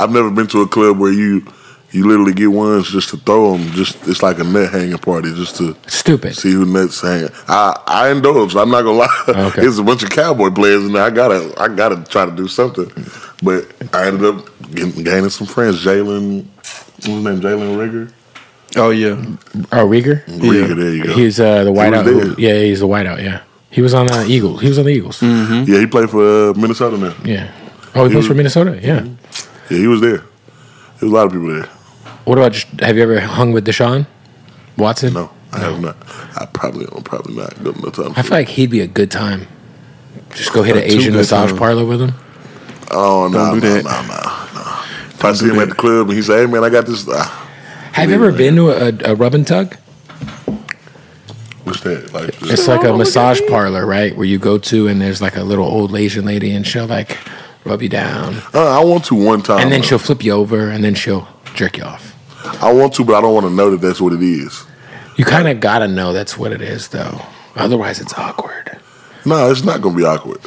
Speaker 3: I've never been to a club where you you literally get ones just to throw them. Just it's like a net hanging party just to
Speaker 4: (laughs) Stupid.
Speaker 3: see who nuts hang. I I indulged. I'm not gonna lie.
Speaker 4: Okay.
Speaker 3: There's a bunch of cowboy players in there. I gotta I gotta try to do something. But I ended up getting, gaining some friends. Jalen, what's his name? Jalen Rigger.
Speaker 5: Oh yeah,
Speaker 4: Oh, Rieger.
Speaker 3: Rigger, there you go.
Speaker 4: He's uh,
Speaker 3: He
Speaker 4: the
Speaker 3: was
Speaker 4: whiteout.
Speaker 3: there.
Speaker 4: who- yeah, he's the whiteout. Yeah. He was on uh, Eagles. He was on the Eagles.
Speaker 3: Yeah, he played for uh, Minnesota now.
Speaker 4: Yeah. Oh, he,
Speaker 3: He
Speaker 4: plays
Speaker 3: was-
Speaker 4: for Minnesota. Yeah.
Speaker 3: Mm-hmm. Yeah, he was there. There was a lot of people there.
Speaker 4: What about? just- Have you ever hung with Deshaun Watson?
Speaker 3: No, I have not. I probably I'm probably not good enough time.
Speaker 4: I feel like he'd be a good time. Just go hit
Speaker 5: Uh,
Speaker 4: an
Speaker 5: too
Speaker 4: Asian
Speaker 5: good
Speaker 4: massage
Speaker 5: time.
Speaker 4: parlor with him.
Speaker 3: oh no,
Speaker 5: Don't do
Speaker 3: no,
Speaker 5: that.
Speaker 3: no, no, no. If I see him at the club and he say, "Hey man, I got this," ah,
Speaker 4: Have you ever been to a, a rub and tug?
Speaker 3: what's that? Like,
Speaker 4: It's
Speaker 3: just,
Speaker 4: like a
Speaker 6: Oh,
Speaker 4: massage
Speaker 6: okay.
Speaker 4: parlor, right? Where you go to and there's like a little old Asian lady and she'll like rub you down.
Speaker 3: uh, I want to one time,
Speaker 4: And then
Speaker 3: though.
Speaker 4: she'll flip you over and then she'll jerk you off.
Speaker 3: I want to, but I don't want to know that that's what it is.
Speaker 4: You kind of gotta know that's what it is, though. Otherwise, it's awkward.
Speaker 3: No, it's not gonna be awkward.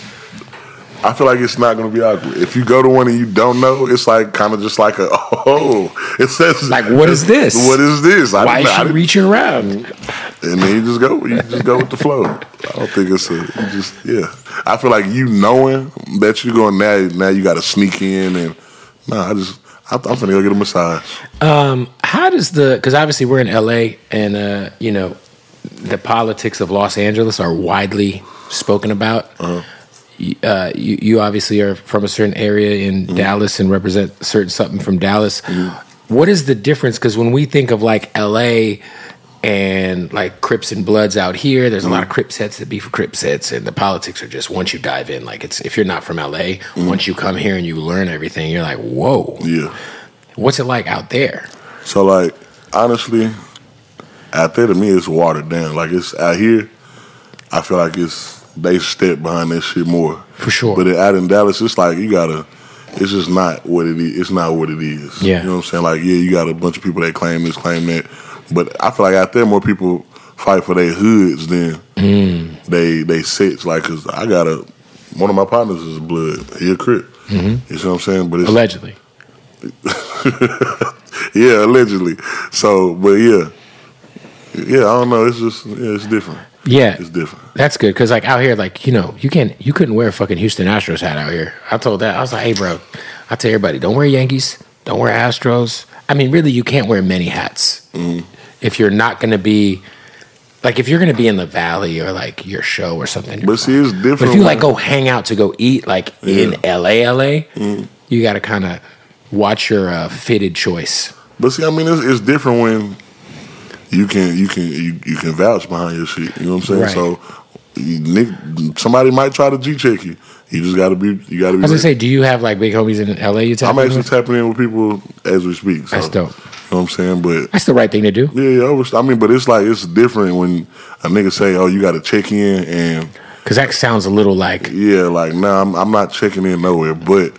Speaker 3: I feel like it's not gonna be awkward. If you go to one and you don't know, it's like kind of just like a (laughs) oh, it says
Speaker 4: Like, what is this?
Speaker 3: What is this? I
Speaker 4: Why
Speaker 3: didn't-
Speaker 4: is
Speaker 3: I
Speaker 4: she
Speaker 3: didn't-
Speaker 4: reaching around?
Speaker 3: And then you just go, you just go with the flow. I don't think it's a, you just yeah. I feel like you knowing that you're going now, now you got to sneak in and no, I just I, I'm finna go get a massage.
Speaker 4: Um, how does the? Because obviously we're in LA, and uh, you know, the politics of Los Angeles are widely spoken about. uh you, you obviously are from a certain area in Dallas and represent certain something from Dallas. What is the difference? Because when we think of like LA and like Crips and Bloods out here, there's a lot of Crips heads that be for Crips heads, and the politics are just once you dive in, like it's if you're not from LA, once you come here and you learn everything, you're like, whoa,
Speaker 3: Yeah.
Speaker 4: what's it like out there?
Speaker 3: So like honestly, out there to me it's watered down. Like it's out here, I feel like it's they step behind that shit more.
Speaker 4: For sure.
Speaker 3: But out in Dallas, it's like you gotta. It's just not what it is. It's not what it is.
Speaker 4: Yeah.
Speaker 3: You know what I'm saying? Like yeah, you got a bunch of people that claim this, claim that, but I feel like out there more people fight for their hoods than
Speaker 4: Mm.
Speaker 3: they they sits. Like cause I got a one of my partners is a blood. He a crip. You see what I'm saying? But it's,
Speaker 4: Mm-hmm. Allegedly.
Speaker 3: (laughs) yeah, allegedly. So, but yeah, yeah, I don't know. It's just yeah, it's different.
Speaker 4: Yeah.
Speaker 3: It's different.
Speaker 4: That's good because like out here, like you know, you can't, you couldn't wear a fucking Houston Astros hat out here. I told that I was like, hey, bro, I tell everybody, don't wear Yankees, don't wear Astros. I mean, really, you can't wear many hats
Speaker 3: Mm-hmm.
Speaker 4: if you're not going to be like if you're going to be in the valley or like your show or something.
Speaker 3: But see, it's different.
Speaker 4: But if you like
Speaker 3: when-
Speaker 4: go hang out to go eat, like in LA, LA,
Speaker 3: Mm-hmm.
Speaker 4: you got to kind of watch your uh, fitted choice.
Speaker 3: But see, I mean, it's, it's different when you can you can you, you can vouch behind your shit. You know what I'm saying?
Speaker 4: Right.
Speaker 3: So, you, Nick, somebody might try to g check you. You just gotta be. You gotta be.
Speaker 4: I was gonna
Speaker 3: ready.
Speaker 4: say, do you have like big homies in LA? You tell
Speaker 3: I'm actually tapping in with people as we speak. So,
Speaker 4: That's dope.
Speaker 3: You know what I'm saying? But
Speaker 4: That's the right thing to do.
Speaker 3: yeah, yeah, I was- I mean, but it's like it's different when a nigga say, "Oh, you got to check in," and
Speaker 4: Because that sounds a little like
Speaker 3: Yeah, like nah, I'm, I'm not checking in nowhere. But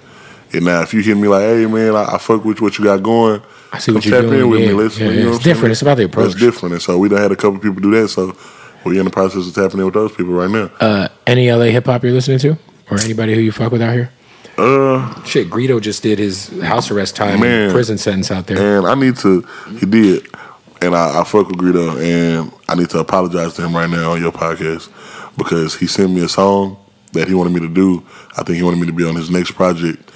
Speaker 3: and now, if you hit me like, hey man, I, I fuck with what you got going.
Speaker 4: I see
Speaker 3: come
Speaker 4: what you're
Speaker 3: tap
Speaker 4: doing,
Speaker 3: in with
Speaker 4: yeah.
Speaker 3: me, listen.
Speaker 4: Yeah,
Speaker 3: you
Speaker 4: yeah,
Speaker 3: know
Speaker 4: it's
Speaker 3: what I'm saying?
Speaker 4: different. It's about the approach.
Speaker 3: That's different, and so we done had a couple people do that. So we're in the process of tapping in with those people right now.
Speaker 4: uh, any LA hip hop you're listening to, or anybody who you fuck with out here.
Speaker 3: Uh,
Speaker 4: Shit, Greedo just did his house arrest time,
Speaker 3: Man.
Speaker 4: prison sentence out there.
Speaker 3: and I need to. He did, and I, I fuck with Greedo, and I need to apologize to him right now on your podcast because he sent me a song that he wanted me to do. I think he wanted me to be on his next project,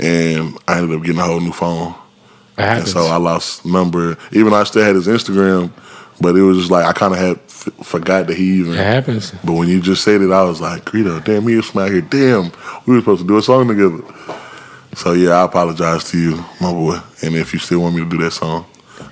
Speaker 3: and I ended up getting a whole new phone.
Speaker 4: That
Speaker 3: And
Speaker 4: happens.
Speaker 3: so I lost number. Even though I still had his Instagram, but it was just like I kind of had f- forgot that he even.
Speaker 4: that happens.
Speaker 3: But when you just said it, I was like, Greedo, damn, he was from out here. Damn, we were supposed to do a song together. So yeah, I apologize to you, my boy. And if you still want me to do that song,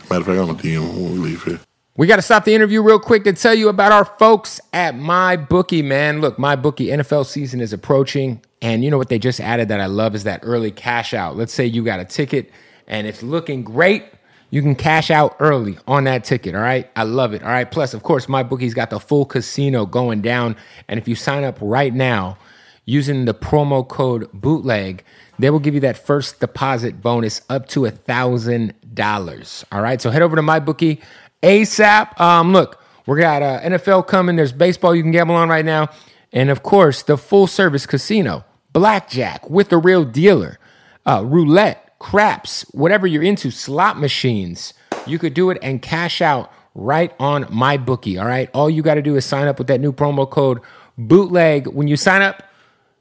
Speaker 3: matter of fact, I'm gonna DM him when we leave here.
Speaker 4: We got to stop the interview real quick to tell you about our folks at My Bookie, man. Look, My Bookie NFL season is approaching, and you know what they just added that I love is that early cash out. Let's say you got a ticket and it's looking great, you can cash out early on that ticket, all right? I love it. All right. Plus, of course, My Bookie's got the full casino going down, and if you sign up right now, using the promo code bootleg they will give you that first deposit bonus up to a thousand dollars all right so head over to my bookie asap um, look we got uh, nfl coming there's baseball you can gamble on right now and of course the full service casino blackjack with the real dealer uh, roulette, craps, whatever you're into, slot machines. You could do it and cash out right on my bookie. All right. All you got to do is sign up with that new promo code bootleg. When you sign up,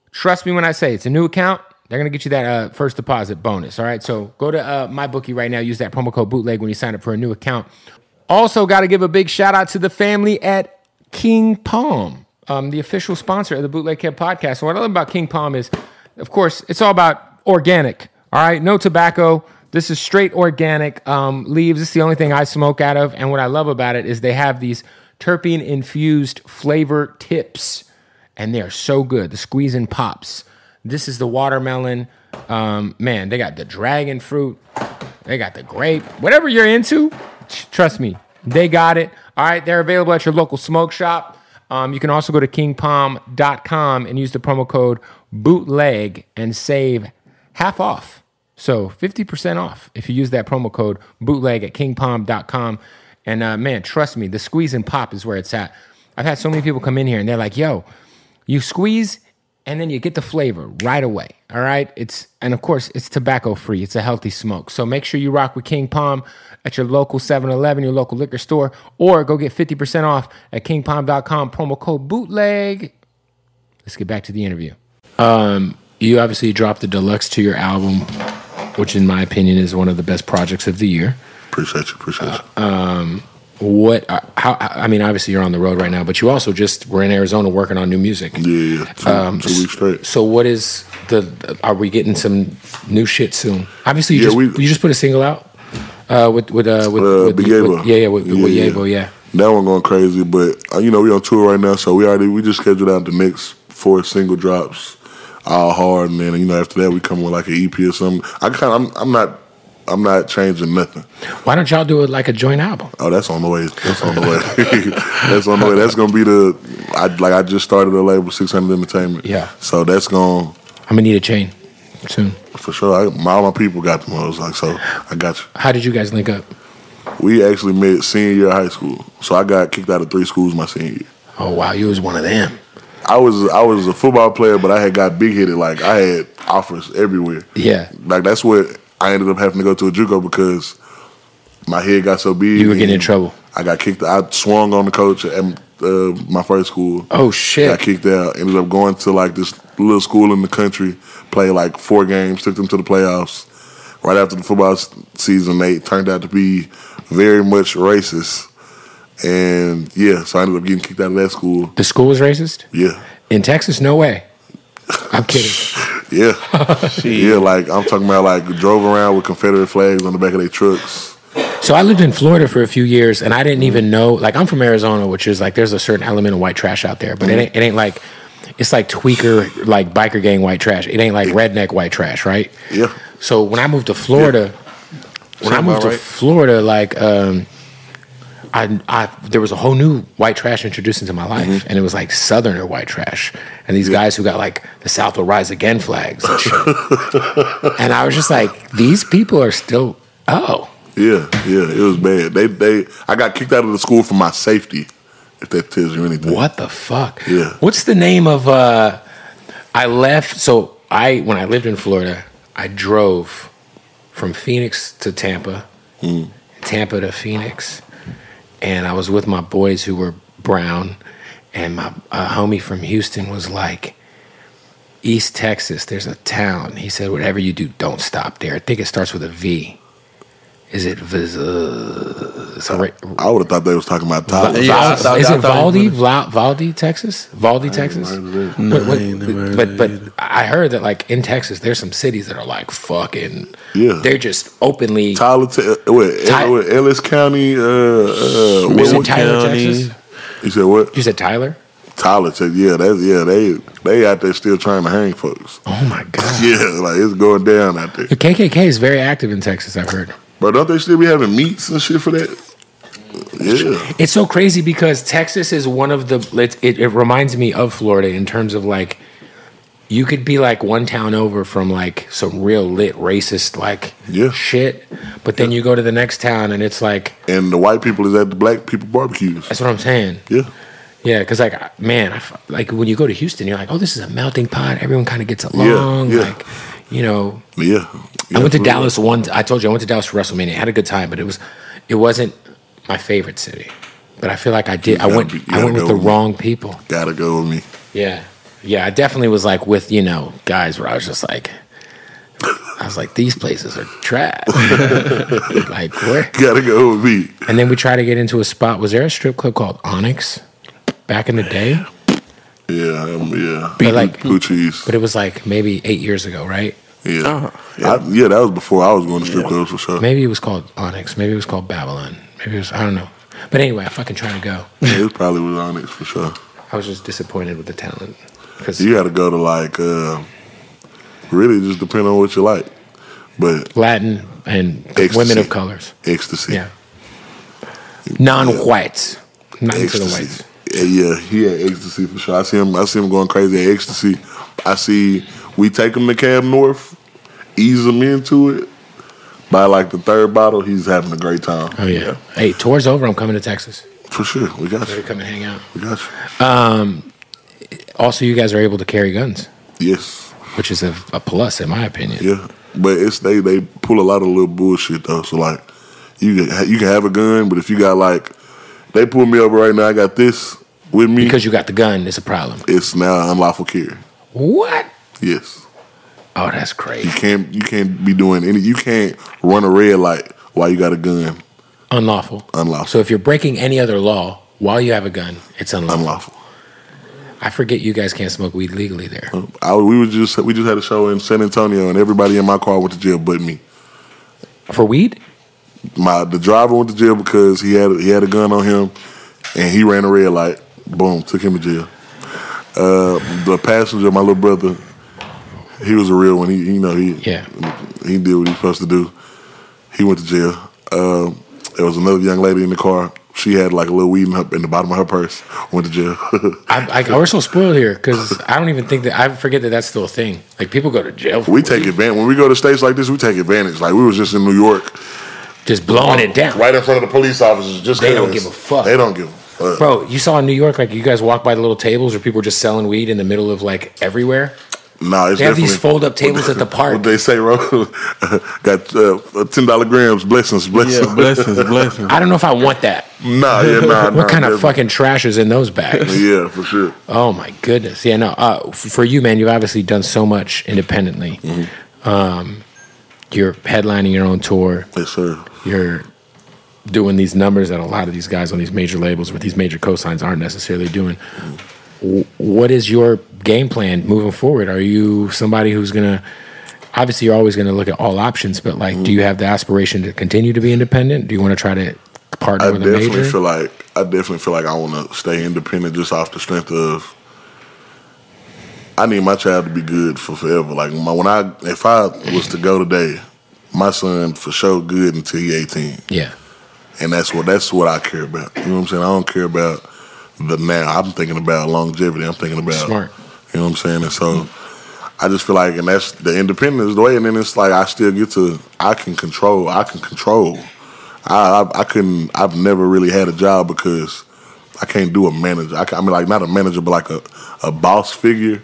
Speaker 4: trust me when I say it's a new account. They're gonna get you that uh, first deposit bonus. All right, so go to uh, my bookie right now. Use that promo code bootleg when you sign up for a new account. Also, got to give a big shout out to the family at King Palm. um, the official sponsor of the Bootleg Kid podcast. And what I love about King Palm is, of course, it's all about organic. All right, no tobacco. This is straight organic um, leaves. It's the only thing I smoke out of. And what I love about it is they have these terpene infused flavor tips, and they are so good. The squeeze and pops. This is the watermelon. Um, man, they got the dragon fruit. They got the grape. Whatever you're into, tr- trust me, they got it. All right, they're available at your local smoke shop. Um, you can also go to kingpalm.com and use the promo code bootleg and save half off. So 50% off if you use that promo code bootleg at kingpalm.com. And uh, man, trust me, the squeeze and pop is where it's at. I've had so many people come in here and they're like, yo, you squeeze and then you get the flavor right away. All right. It's and of course it's tobacco free. It's a healthy smoke. So make sure you rock with King Palm at your local 7-Eleven, your local liquor store, or go get 50% off at kingpalm.com, promo code bootleg. Let's get back to the interview. Um, you obviously dropped the deluxe to your album, which in my opinion is one of the best projects of the year.
Speaker 3: Appreciate you. Appreciate you.
Speaker 4: Uh, What uh, how I mean, obviously you're on the road right now, but you also just were in Arizona working on new music.
Speaker 3: Yeah, yeah. Two,
Speaker 4: um,
Speaker 3: two weeks straight.
Speaker 4: So what is the? Are we getting some new shit soon? Obviously, you
Speaker 3: Yeah,
Speaker 4: just
Speaker 3: we-
Speaker 4: you just put a single out uh, with with uh, with,
Speaker 3: Uh,
Speaker 4: with,
Speaker 3: Big
Speaker 4: with-
Speaker 3: Ava.
Speaker 4: yeah yeah with, with Yevo, yeah.
Speaker 3: That one going crazy, but uh, you know we on tour right now, so we already we just scheduled out the next four single drops, all hard, and then you know after that we come with like an EP or something. I kind of I'm, I'm not I'm not changing nothing.
Speaker 4: Why don't y'all do it like a joint album?
Speaker 3: Oh, that's on the way. That's on the way. (laughs) that's on the way. That's gonna be the I like I just started a label, Six Hundred Entertainment.
Speaker 4: Yeah.
Speaker 3: So that's going
Speaker 4: I'm gonna need a chain soon.
Speaker 3: for sure. I, my, all my people got the most, like so. I got you.
Speaker 4: How did you guys link up?
Speaker 3: We actually met senior year of high school, so I got kicked out of three schools my senior year.
Speaker 4: Oh wow, you was one of them.
Speaker 3: I was I was a football player, but I had got big headed. Like I had offers everywhere.
Speaker 4: Yeah.
Speaker 3: Like that's what I ended up having to go to a JUCO because my head got so big.
Speaker 4: You were getting in
Speaker 3: and
Speaker 4: trouble.
Speaker 3: I got kicked. I swung on the coach at uh, my first school.
Speaker 4: Oh shit.
Speaker 3: Got kicked out. Ended up going to like this little school in the country. Played like four games. Took them to the playoffs. Right after the football s- season, they turned out to be very much racist. And yeah, so I ended up getting kicked out of that school.
Speaker 4: The school was racist
Speaker 3: Yeah.
Speaker 4: in Texas. No way. I'm kidding. (laughs)
Speaker 3: Yeah. yeah, like I'm talking about like drove around with Confederate flags on the back of their trucks.
Speaker 4: So I lived in Florida for a few years, and I didn't even know. Like I'm from Arizona, which is like there's a certain element of white trash out there, but
Speaker 5: Mm-hmm.
Speaker 4: it, ain't, it ain't like it's like tweaker, like biker gang white trash. It ain't like redneck white trash, right?
Speaker 3: Yeah.
Speaker 4: So when I moved to Florida, when I
Speaker 5: Sound
Speaker 4: moved
Speaker 5: about
Speaker 4: to
Speaker 5: right.
Speaker 4: Florida, like um, I, I there was a whole new white trash introduced into my life,
Speaker 5: Mm-hmm.
Speaker 4: and it was like Southerner white trash, and these guys who got like the South will rise again flags, and,
Speaker 5: (laughs)
Speaker 4: shit. and I was just like, these people are still oh.
Speaker 3: Yeah, yeah, it was bad. They they I got kicked out of the school for my safety, if that tells you anything.
Speaker 4: What the fuck?
Speaker 3: Yeah.
Speaker 4: What's the name of uh I left so I when I lived in Florida, I drove from Phoenix to Tampa, Tampa to Phoenix, and I was with my boys who were brown, and my a homie from Houston was like, East Texas, there's a town. He said, Whatever you do, don't stop there. I think it starts with a V. Is it Viz? Sorry.
Speaker 3: I would have thought they was talking about
Speaker 4: Val-
Speaker 3: Tyler.
Speaker 5: Yeah, I
Speaker 4: Val-
Speaker 5: thought-
Speaker 4: is
Speaker 5: I
Speaker 4: it
Speaker 5: thought
Speaker 4: Valdi?
Speaker 5: you
Speaker 4: Vla- Valdi, Texas? Valdi, Texas? But, what- but, but I heard that like in Texas, there's some cities that are like fucking.
Speaker 3: Yeah.
Speaker 4: They're just openly.
Speaker 3: Tyler, Te- wait,
Speaker 4: Ty-
Speaker 3: what, Ellis County. Uh, uh, what,
Speaker 4: Was it
Speaker 3: what-
Speaker 4: Tyler,
Speaker 5: County.
Speaker 4: Texas?
Speaker 3: you said what?
Speaker 4: You said Tyler?
Speaker 3: Tyler, Te- yeah, that's yeah. They they out there still trying to hang
Speaker 4: (laughs)
Speaker 3: folks.
Speaker 4: Oh my god.
Speaker 3: Yeah, like it's going down out there.
Speaker 4: The KKK is very active in Texas. I've heard.
Speaker 3: But don't they still be having meets and shit for that? Yeah,
Speaker 4: It's so crazy because Texas is one of the. It, it, it reminds me of Florida in terms of like, you could be like one town over from like some real lit racist like
Speaker 3: Yeah.
Speaker 4: shit, but then you go to the next town and it's like
Speaker 3: and the white people is at the black people barbecues.
Speaker 4: that's what I'm saying.
Speaker 3: Yeah.
Speaker 4: Yeah, because like I- man, I f like when you go to Houston, you're like, oh, this is a melting pot. Everyone kind of gets
Speaker 3: Yeah,
Speaker 4: along.
Speaker 3: yeah.
Speaker 4: Like, you know,
Speaker 3: Yeah.
Speaker 4: I went
Speaker 3: Absolutely.
Speaker 4: to Dallas one. I told you I went to Dallas for WrestleMania. I had a good time, but it was, it wasn't my favorite city. But I feel like I did. I
Speaker 3: gotta
Speaker 4: went.
Speaker 3: be- you
Speaker 4: I
Speaker 3: gotta
Speaker 4: went with
Speaker 3: go
Speaker 4: the
Speaker 3: with-
Speaker 4: wrong people.
Speaker 3: Gotta go with me.
Speaker 4: Yeah, yeah. I definitely was like with you know guys where I was just like, I was like, these places are trash. (laughs) like where?
Speaker 3: Gotta go with me.
Speaker 4: And then we tried to get into a spot. Was there a strip club called Onyx back in the day?
Speaker 3: Yeah, um, yeah.
Speaker 4: But like-
Speaker 3: Coochie's.
Speaker 4: But it was like maybe eight years ago, right?
Speaker 3: Yeah.
Speaker 5: Uh-huh.
Speaker 3: I, yeah, that was before I was going to strip clubs for sure.
Speaker 4: Maybe it was called Onyx. Maybe it was called Babylon. Maybe it was, I don't know. But anyway, I fucking trying to go.
Speaker 3: Yeah, it probably was Onyx for sure.
Speaker 4: I was just disappointed with the talent. 'Cause-
Speaker 3: You got to go to like, uh, really just depend on what you like. But
Speaker 4: Latin and
Speaker 3: Ecstasy.
Speaker 4: women of colors.
Speaker 3: ecstasy.
Speaker 4: Yeah. Non-whites. Not into the whites.
Speaker 3: ecstasy. Yeah, yeah, he had ecstasy for sure. I see him. I see him going crazy at ecstasy. I see we take him to Cab North, ease him into it. By like the third bottle, he's having a great time.
Speaker 4: Oh yeah. Hey, tour's over. I'm coming to Texas.
Speaker 3: for sure. We got
Speaker 4: Better
Speaker 3: you.
Speaker 4: come and hang out. Um,
Speaker 3: We got you.
Speaker 4: Also, you guys are able to carry guns,
Speaker 3: Yes.
Speaker 4: which is a, a plus in my opinion.
Speaker 3: Yeah, but it's they they pull a lot of little bullshit though. So like, you can ha- you can have a gun, but if you got like, they pull me over right now. I got this with me.
Speaker 4: Because you got the gun, it's a problem.
Speaker 3: it's now unlawful carry.
Speaker 4: What?
Speaker 3: Yes,
Speaker 4: Oh, that's
Speaker 3: you
Speaker 4: crazy.
Speaker 3: can't you can't be doing any. You can't run a red light while you got a gun.
Speaker 4: Unlawful.
Speaker 3: Unlawful.
Speaker 4: So if you're breaking any other law while you have a gun, it's unlawful.
Speaker 3: Unlawful.
Speaker 4: I forget you guys can't smoke weed legally there.
Speaker 3: I, we was just we just had a show in San Antonio, and everybody in my car went to jail but me.
Speaker 4: For weed?
Speaker 3: My the driver went to jail because he had he had a gun on him, and he ran a red light. Boom, took him to jail. Uh, the passenger, my little brother, he was a real one. He you know he
Speaker 4: Yeah.
Speaker 3: he did what he was supposed to do. He went to jail. Uh, there was another young lady in the car. She had like a little weed in, her, in the bottom of her purse. Went to jail. (laughs)
Speaker 4: I, I, we're so spoiled here because I don't even think that I forget that that's still a thing. Like people go to jail. For
Speaker 3: we
Speaker 4: weed.
Speaker 3: take advantage when we go to states like this. We take advantage. Like we was just in New York.
Speaker 4: just blowing it down.
Speaker 3: right in front of the police officers. Just
Speaker 4: They don't
Speaker 3: 'cause.
Speaker 4: give a fuck.
Speaker 3: They don't give a fuck.
Speaker 4: Bro, you saw in New York, like you guys walk by the little tables where people are just selling weed in the middle of like everywhere.
Speaker 3: Nah, it's
Speaker 4: They have these
Speaker 3: definitely-
Speaker 4: fold-up tables at the park.
Speaker 3: What they say, bro? (laughs) Got uh, ten dollar grams. Blessings, blessings.
Speaker 5: Yeah, blessings, blessings.
Speaker 4: I don't know if I want that.
Speaker 3: (laughs) Nah, yeah, nah.
Speaker 4: What
Speaker 3: nah,
Speaker 4: kind of
Speaker 3: definitely.
Speaker 4: fucking trash is in
Speaker 3: (laughs)
Speaker 4: those bags?
Speaker 3: Yeah, for sure.
Speaker 4: Oh my goodness. Yeah, no. Uh, f- for you, man, you've obviously done so much independently.
Speaker 3: Mm-hmm.
Speaker 4: Um, you're headlining your own tour.
Speaker 3: Yes, sir.
Speaker 4: You're doing these numbers that a lot of these guys on these major labels with these major cosigns aren't necessarily doing. W- What is your game plan moving forward? Are you somebody who's gonna? Obviously, you're always gonna look at all options, but like, do
Speaker 3: Mm-hmm.
Speaker 4: you have the aspiration to continue to be independent? Do you want to try to partner
Speaker 3: I
Speaker 4: with a
Speaker 3: definitely
Speaker 4: major?
Speaker 3: feel like I definitely feel like I want to stay independent just off the strength of. I need my child to be good for forever. Like my, when I, if I was to go today, my son for sure good until he eighteen.
Speaker 4: yeah,
Speaker 3: and that's what that's what I care about. You know what I'm saying? I don't care about the now. I'm thinking about longevity. I'm thinking about
Speaker 4: Smart.
Speaker 3: You know what I'm saying? And so I just feel like, and that's the independence is the way. And then it's like I still get to I can control. I can control. I I, I couldn't. I've never really had a job because I can't do a manager. I, can, I mean, like not a manager, but like a a boss figure.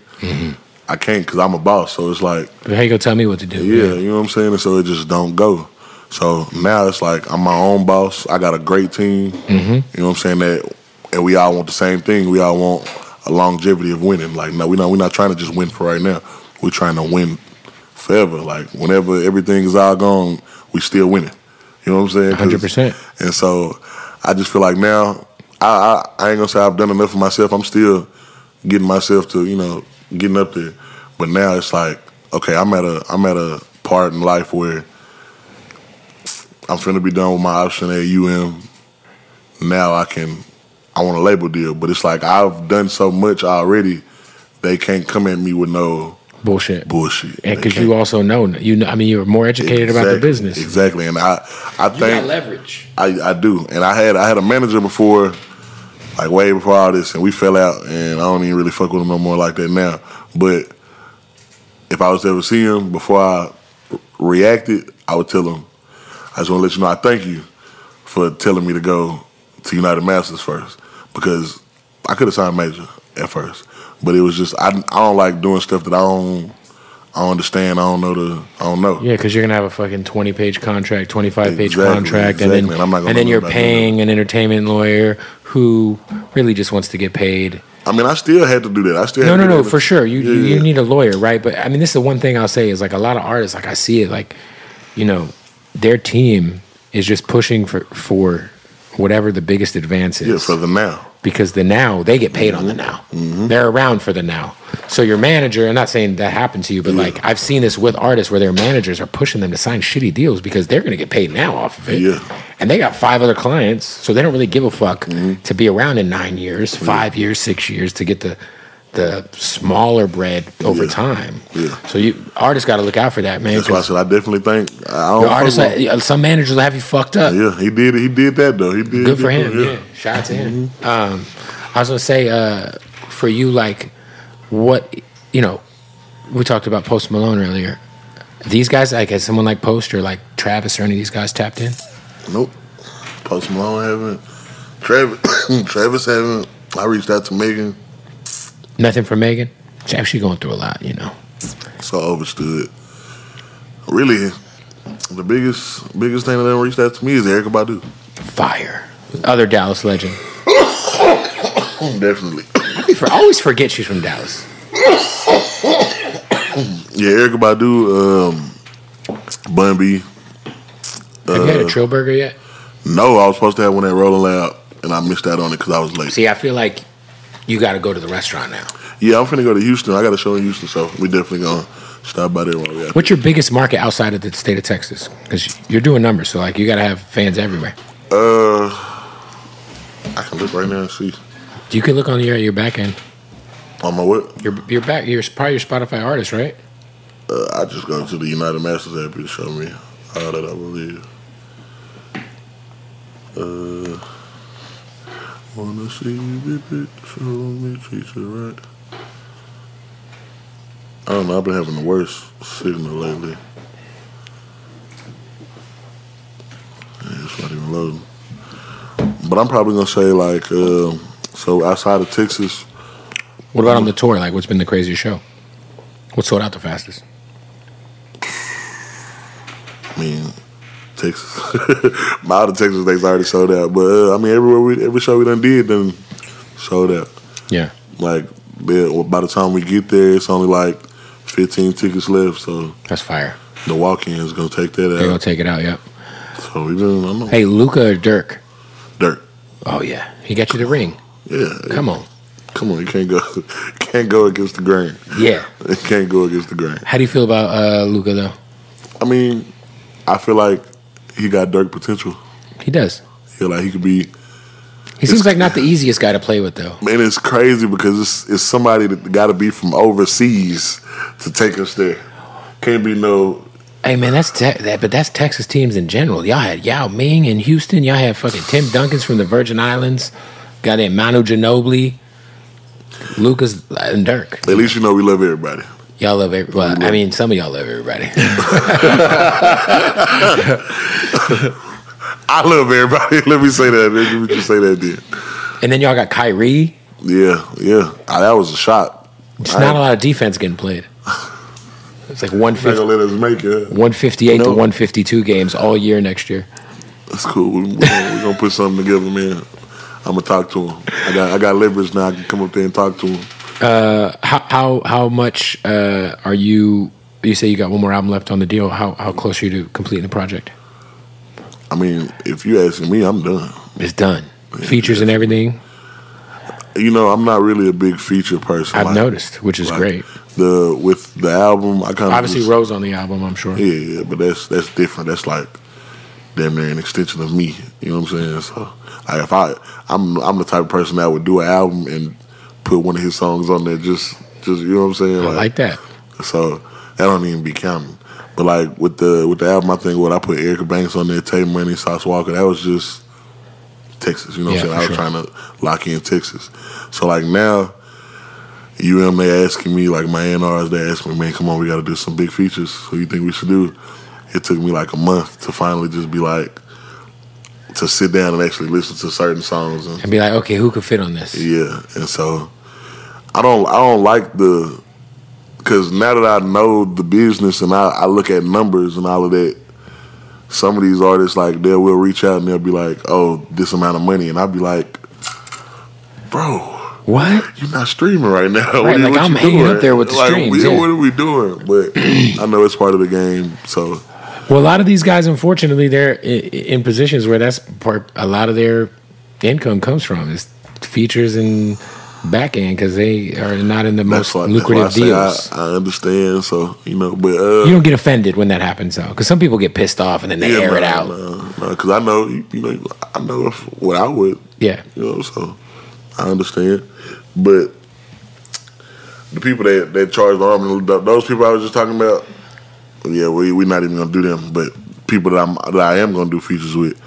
Speaker 3: I can't because I'm a boss. So it's like
Speaker 4: but how you gonna tell me what to do?
Speaker 3: yeah, you know what I'm saying? And so it just don't go. So now it's like I'm my own boss. I got a great team. You know what I'm saying? That and we all want the same thing. We all want a longevity of winning. Like no, we're not we're not trying to just win for right now. We're trying to win forever. Like whenever everything is all gone, we still winning. You know what I'm saying? 'Cause-
Speaker 4: 100%.
Speaker 3: And so I just feel like now I, I I ain't gonna say I've done enough for myself. I'm still getting myself to you know getting up there. But now it's like okay, I'm at a I'm at a part in life where I'm finna be done with my option at UM. Now I can I want a label deal, but it's like I've done so much already. They can't come at me with no
Speaker 4: bullshit.
Speaker 3: bullshit.
Speaker 4: And
Speaker 3: They
Speaker 4: because
Speaker 3: can't.
Speaker 4: you also know, you know, I mean, you're more educated about the
Speaker 3: Exactly,
Speaker 4: business.
Speaker 3: exactly. And I I
Speaker 4: You got
Speaker 3: think
Speaker 4: leverage.
Speaker 3: I, I do, and I had I had a manager before, like way before all this, and we fell out, and I don't even really fuck with him no more like that now. But if I was to ever see him before I re- reacted, I would tell him, I just want to let you know I thank you for telling me to go to United Masters first because I could have signed major at first, but it was just I, I don't like doing stuff that I don't I don't understand. I don't know the I don't know.
Speaker 4: Yeah, because you're gonna have a fucking twenty page contract, twenty five page
Speaker 3: Exactly,
Speaker 4: contract,
Speaker 3: exactly,
Speaker 4: and then
Speaker 3: and I'm not gonna
Speaker 4: and then
Speaker 3: know
Speaker 4: you're
Speaker 3: about
Speaker 4: paying an entertainment lawyer who really just wants to get paid.
Speaker 3: I mean, I still had to do that. I still
Speaker 4: No,
Speaker 3: had to
Speaker 4: no,
Speaker 3: do
Speaker 4: no,
Speaker 3: that.
Speaker 4: for sure. You you-
Speaker 3: Yeah.
Speaker 4: you need a lawyer, right? But I mean, this is the one thing I'll say is like a lot of artists, like I see it, like you know, their team is just pushing for for whatever the biggest advance is.
Speaker 3: yeah for the now.
Speaker 4: because the now they get paid on the now.
Speaker 3: Mm-hmm.
Speaker 4: They're around for the now. So your manager, I'm not saying that happened to you, but like I've seen this with artists where their managers are pushing them to sign shitty deals because they're going to get paid now off of it.
Speaker 3: Yeah.
Speaker 4: And they got five other clients, so they don't really give a fuck
Speaker 3: Mm-hmm.
Speaker 4: to be around in 9 years, 5 years, 6 years to get the the smaller bread over
Speaker 3: Yeah.
Speaker 4: time.
Speaker 3: Yeah.
Speaker 4: So you artists got to look out for that, man.
Speaker 3: That's why I
Speaker 4: 'cause
Speaker 3: said I definitely think I don't.
Speaker 4: the
Speaker 3: fuck
Speaker 4: artists,
Speaker 3: with-
Speaker 4: like, some managers will have you fucked up
Speaker 3: yeah, he did. He did that though. He did.
Speaker 4: good for
Speaker 3: did-
Speaker 4: him. Yeah. Shout out to him. Um, I was gonna say uh, for you, like what you know, we talked about Post Malone earlier. These guys, like, has someone like Post or like Travis or any of these guys tapped in?
Speaker 3: Nope. Post Malone haven't. Travis, (coughs) Travis haven't. I reached out to Megan.
Speaker 4: Nothing for Megan. She's actually going through a lot, you know.
Speaker 3: It's all overstood. Really, the biggest biggest thing that ever reached out to me is Erica Badu.
Speaker 4: Fire. Other Dallas legend.
Speaker 3: Definitely.
Speaker 4: I for- I always forget she's from Dallas.
Speaker 3: (coughs) Yeah, Erica Badu, um, Bun B.
Speaker 4: Have you had a Trill Burger yet?
Speaker 3: No, I was supposed to have one at Rolling Loud, and I missed out on it because I was late.
Speaker 4: See, I feel like you got to go to the restaurant now.
Speaker 3: yeah, I'm finna go to Houston. I got a show in Houston, so we definitely gonna stop by there while we at.
Speaker 4: What's your biggest market outside of the state of Texas? Because you're doing numbers, so like you got to have fans everywhere.
Speaker 3: Uh, I can look right now and see
Speaker 4: You can look on your your back end.
Speaker 3: on my what?
Speaker 4: Your your back. You're probably your Spotify artist, right?
Speaker 3: Uh, I just go to the United Masters app and show me all that I believe. Uh, wanna see you rip it, show me treat you right. I don't know. I've been having the worst signal lately. Yeah, It's not even loading. But I'm probably gonna say like, uh, so outside of Texas,
Speaker 4: What about on the tour? Like, what's been the craziest show? What sold out the fastest?
Speaker 3: I mean, Texas. (laughs) My out of Texas dates already sold out, but uh, I mean, everywhere we every show we done did done sold out.
Speaker 4: Yeah.
Speaker 3: Like they- by the time we get there, it's only like fifteen tickets left, so
Speaker 4: That's fire.
Speaker 3: the walk in is gonna take that
Speaker 4: They're gonna
Speaker 3: out.
Speaker 4: take it out. Yep.
Speaker 3: so we been, I know,
Speaker 4: Hey, Luca or Dirk?
Speaker 3: dirt.
Speaker 4: Oh yeah, he got you the ring.
Speaker 3: Yeah,
Speaker 4: Come on.
Speaker 3: come on, you can't go, (laughs) can't go against the grain. (laughs)
Speaker 4: Yeah.
Speaker 3: It can't go against the grain.
Speaker 4: How do you feel about uh, Luca though?
Speaker 3: I mean, I feel like he got Dirk potential.
Speaker 4: He does.
Speaker 3: Yeah, like he could be.
Speaker 4: He seems like not the easiest guy to play with though.
Speaker 3: And it's crazy because it's, it's somebody that got to be from overseas to take us there. Can't be no.
Speaker 4: Hey man, that's te- that, but that's Texas teams in general. Y'all had Yao Ming in Houston. Y'all had fucking Tim Duncans from the Virgin Islands. Got in Manu Ginobili, Lucas and Dirk.
Speaker 3: At least you know we love everybody. (laughs)
Speaker 4: Y'all love every. Well, I mean, some of y'all love everybody. (laughs)
Speaker 3: I love everybody. (laughs) Let me say that. Let me just say that then.
Speaker 4: and then y'all got Kyrie.
Speaker 3: Yeah, yeah. Ah, that was a shot.
Speaker 4: It's not a lot of defense getting played. It's like
Speaker 3: They're gonna
Speaker 4: 150,
Speaker 3: let us make it.
Speaker 4: 158 to
Speaker 3: No.
Speaker 4: 152 games all year next year.
Speaker 3: That's cool. We're gonna, we gonna put something together, man. I'm gonna talk to him. I got I got leverage now. I can come up there and talk to him.
Speaker 4: How how how much uh, are you? You say you got one more album left on the deal. How how close are you to completing the project?
Speaker 3: I mean, if you asking me, I'm done.
Speaker 4: It's done. Features and everything.
Speaker 3: You know, I'm not really a big feature person.
Speaker 4: I've
Speaker 3: Like,
Speaker 4: noticed, which is
Speaker 3: like,
Speaker 4: great.
Speaker 3: The with the album, I kind of
Speaker 4: Obviously, Rose on the album, I'm sure.
Speaker 3: Yeah, yeah, but that's that's different. That's like damn near an extension of me. You know what I'm saying? So like if I I'm I'm the type of person that would do an album and put one of his songs on there just just you know what I'm saying?
Speaker 4: I like that.
Speaker 3: So that don't even be counting. But like with the with the album I think what I put Erica Banks on there, Tay Money, Sauce Walker, that was just Texas, you know what
Speaker 4: Yeah,
Speaker 3: I'm saying? I
Speaker 4: for
Speaker 3: was
Speaker 4: sure.
Speaker 3: trying to lock in Texas. So like now UMA asking me, like my NRs, they asked me, man, come on, we got to do some big features. Who you think we should do? It took me like a month to finally just be like, to sit down and actually listen to certain songs. And
Speaker 4: And be like, okay, who could fit on this?
Speaker 3: yeah, and so I don't, I don't like the, because now that I know the business and I, I look at numbers and all of that, some of these artists like they will reach out and they'll be like, oh, this amount of money, and I'll be like, bro,
Speaker 4: What?
Speaker 3: you're not streaming right now. (laughs)
Speaker 4: Right,
Speaker 3: what are you-
Speaker 4: like,
Speaker 3: what
Speaker 4: I'm
Speaker 3: you
Speaker 4: hanging
Speaker 3: doing?
Speaker 4: up there with the
Speaker 3: like,
Speaker 4: streams,
Speaker 3: yeah,
Speaker 4: yeah.
Speaker 3: What are we doing?
Speaker 4: (clears throat)
Speaker 3: But I know it's part of the game. So
Speaker 4: Well, a lot of these guys, unfortunately, they're i- i- in positions where that's part. A lot of their income comes from is features and back end because they are not in the
Speaker 3: That's
Speaker 4: most
Speaker 3: why,
Speaker 4: lucrative
Speaker 3: that's why I,
Speaker 4: deals.
Speaker 3: say I, I understand. So you know, but uh,
Speaker 4: you don't get offended when that happens though, because some people get pissed off and then they air it
Speaker 3: nah,
Speaker 4: out.
Speaker 3: nah, nah, 'cause I know you you know I know if- what I would.
Speaker 4: Yeah.
Speaker 3: You know, so I understand, but the people that that charge the arm, and th- those people I was just talking about. Yeah, we we're not even gonna do them, but people that I'm that I am gonna do features with.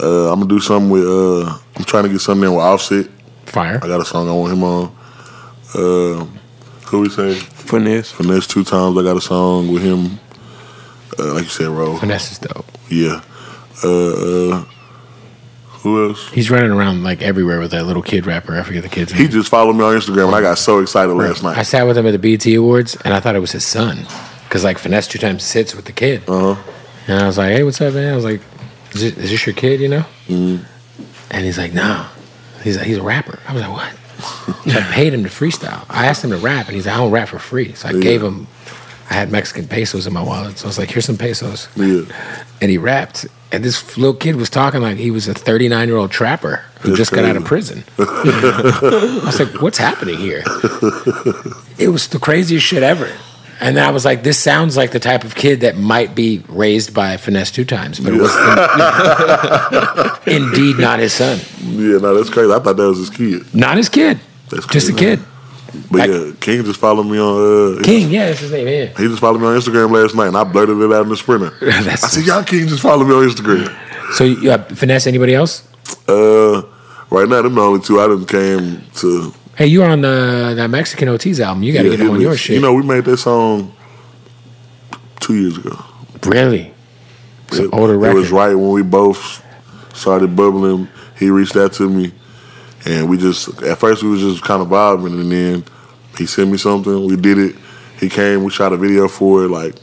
Speaker 3: Uh, I'm gonna do something with. Uh, I'm trying to get something in with Offset.
Speaker 4: Fire.
Speaker 3: I got a song I want him on. Uh, who we say?
Speaker 5: Finesse.
Speaker 3: Finesse two times. I got a song with him. Uh, like you said, Ro.
Speaker 4: Finesse is dope.
Speaker 3: Yeah. Uh, uh, who else?
Speaker 4: He's running around like everywhere with that little kid rapper. I forget the kid's
Speaker 3: He
Speaker 4: name.
Speaker 3: just followed me on Instagram, and I got so excited last
Speaker 4: I
Speaker 3: night.
Speaker 4: sat with him at the BT Awards, and I thought it was his son, because like finesse two times sits with the kid,
Speaker 3: Uh huh.
Speaker 4: and I was like, "Hey, what's up, man?" I was like, "Is this, is this your kid?" You know? And he's like, "No." He's like, "He's a rapper." I was like, "What?" So I paid him to freestyle. I asked him to rap, and he's like, "I don't rap for free." So I gave him. I had Mexican pesos in my wallet, so I was like, "Here's some pesos."
Speaker 3: Yeah.
Speaker 4: and he rapped. And this little kid was talking like he was a 39 year old trapper who
Speaker 3: That's
Speaker 4: just got out of
Speaker 3: crazy.
Speaker 4: prison. (laughs) I was like, what's happening here? It was the craziest shit ever. And I was like, this sounds like the type of kid that might be raised by Finesse Two Times, but
Speaker 3: (laughs)
Speaker 4: it was indeed not his son.
Speaker 3: Yeah, no, that's crazy. I thought that was his kid.
Speaker 4: Not his kid.
Speaker 3: That's
Speaker 4: Just a
Speaker 3: crazy.
Speaker 4: kid.
Speaker 3: But
Speaker 4: Like-
Speaker 3: yeah, King just followed me on. Uh,
Speaker 4: King, yeah, that's his name. Yeah.
Speaker 3: He just followed me on Instagram last night, and I blurted it out in the sprinter. I
Speaker 4: (laughs) That's-
Speaker 3: said, "Y'all King just followed me on Instagram."
Speaker 4: So, you, uh, Finesse, anybody else?
Speaker 3: Uh, right now, them the only two I didn't came to.
Speaker 4: Hey, you were on uh, that Mexican OT's album. You got to
Speaker 3: Yeah,
Speaker 4: get him on
Speaker 3: hit
Speaker 4: your
Speaker 3: list.
Speaker 4: shit.
Speaker 3: You know, we made that song two years ago.
Speaker 4: really? It's an older
Speaker 3: It
Speaker 4: record.
Speaker 3: was right when we both started bubbling. He reached out to me, and we just at first we was just kind of vibing, and then he sent me something. We did it. He came. We shot a video for it. Like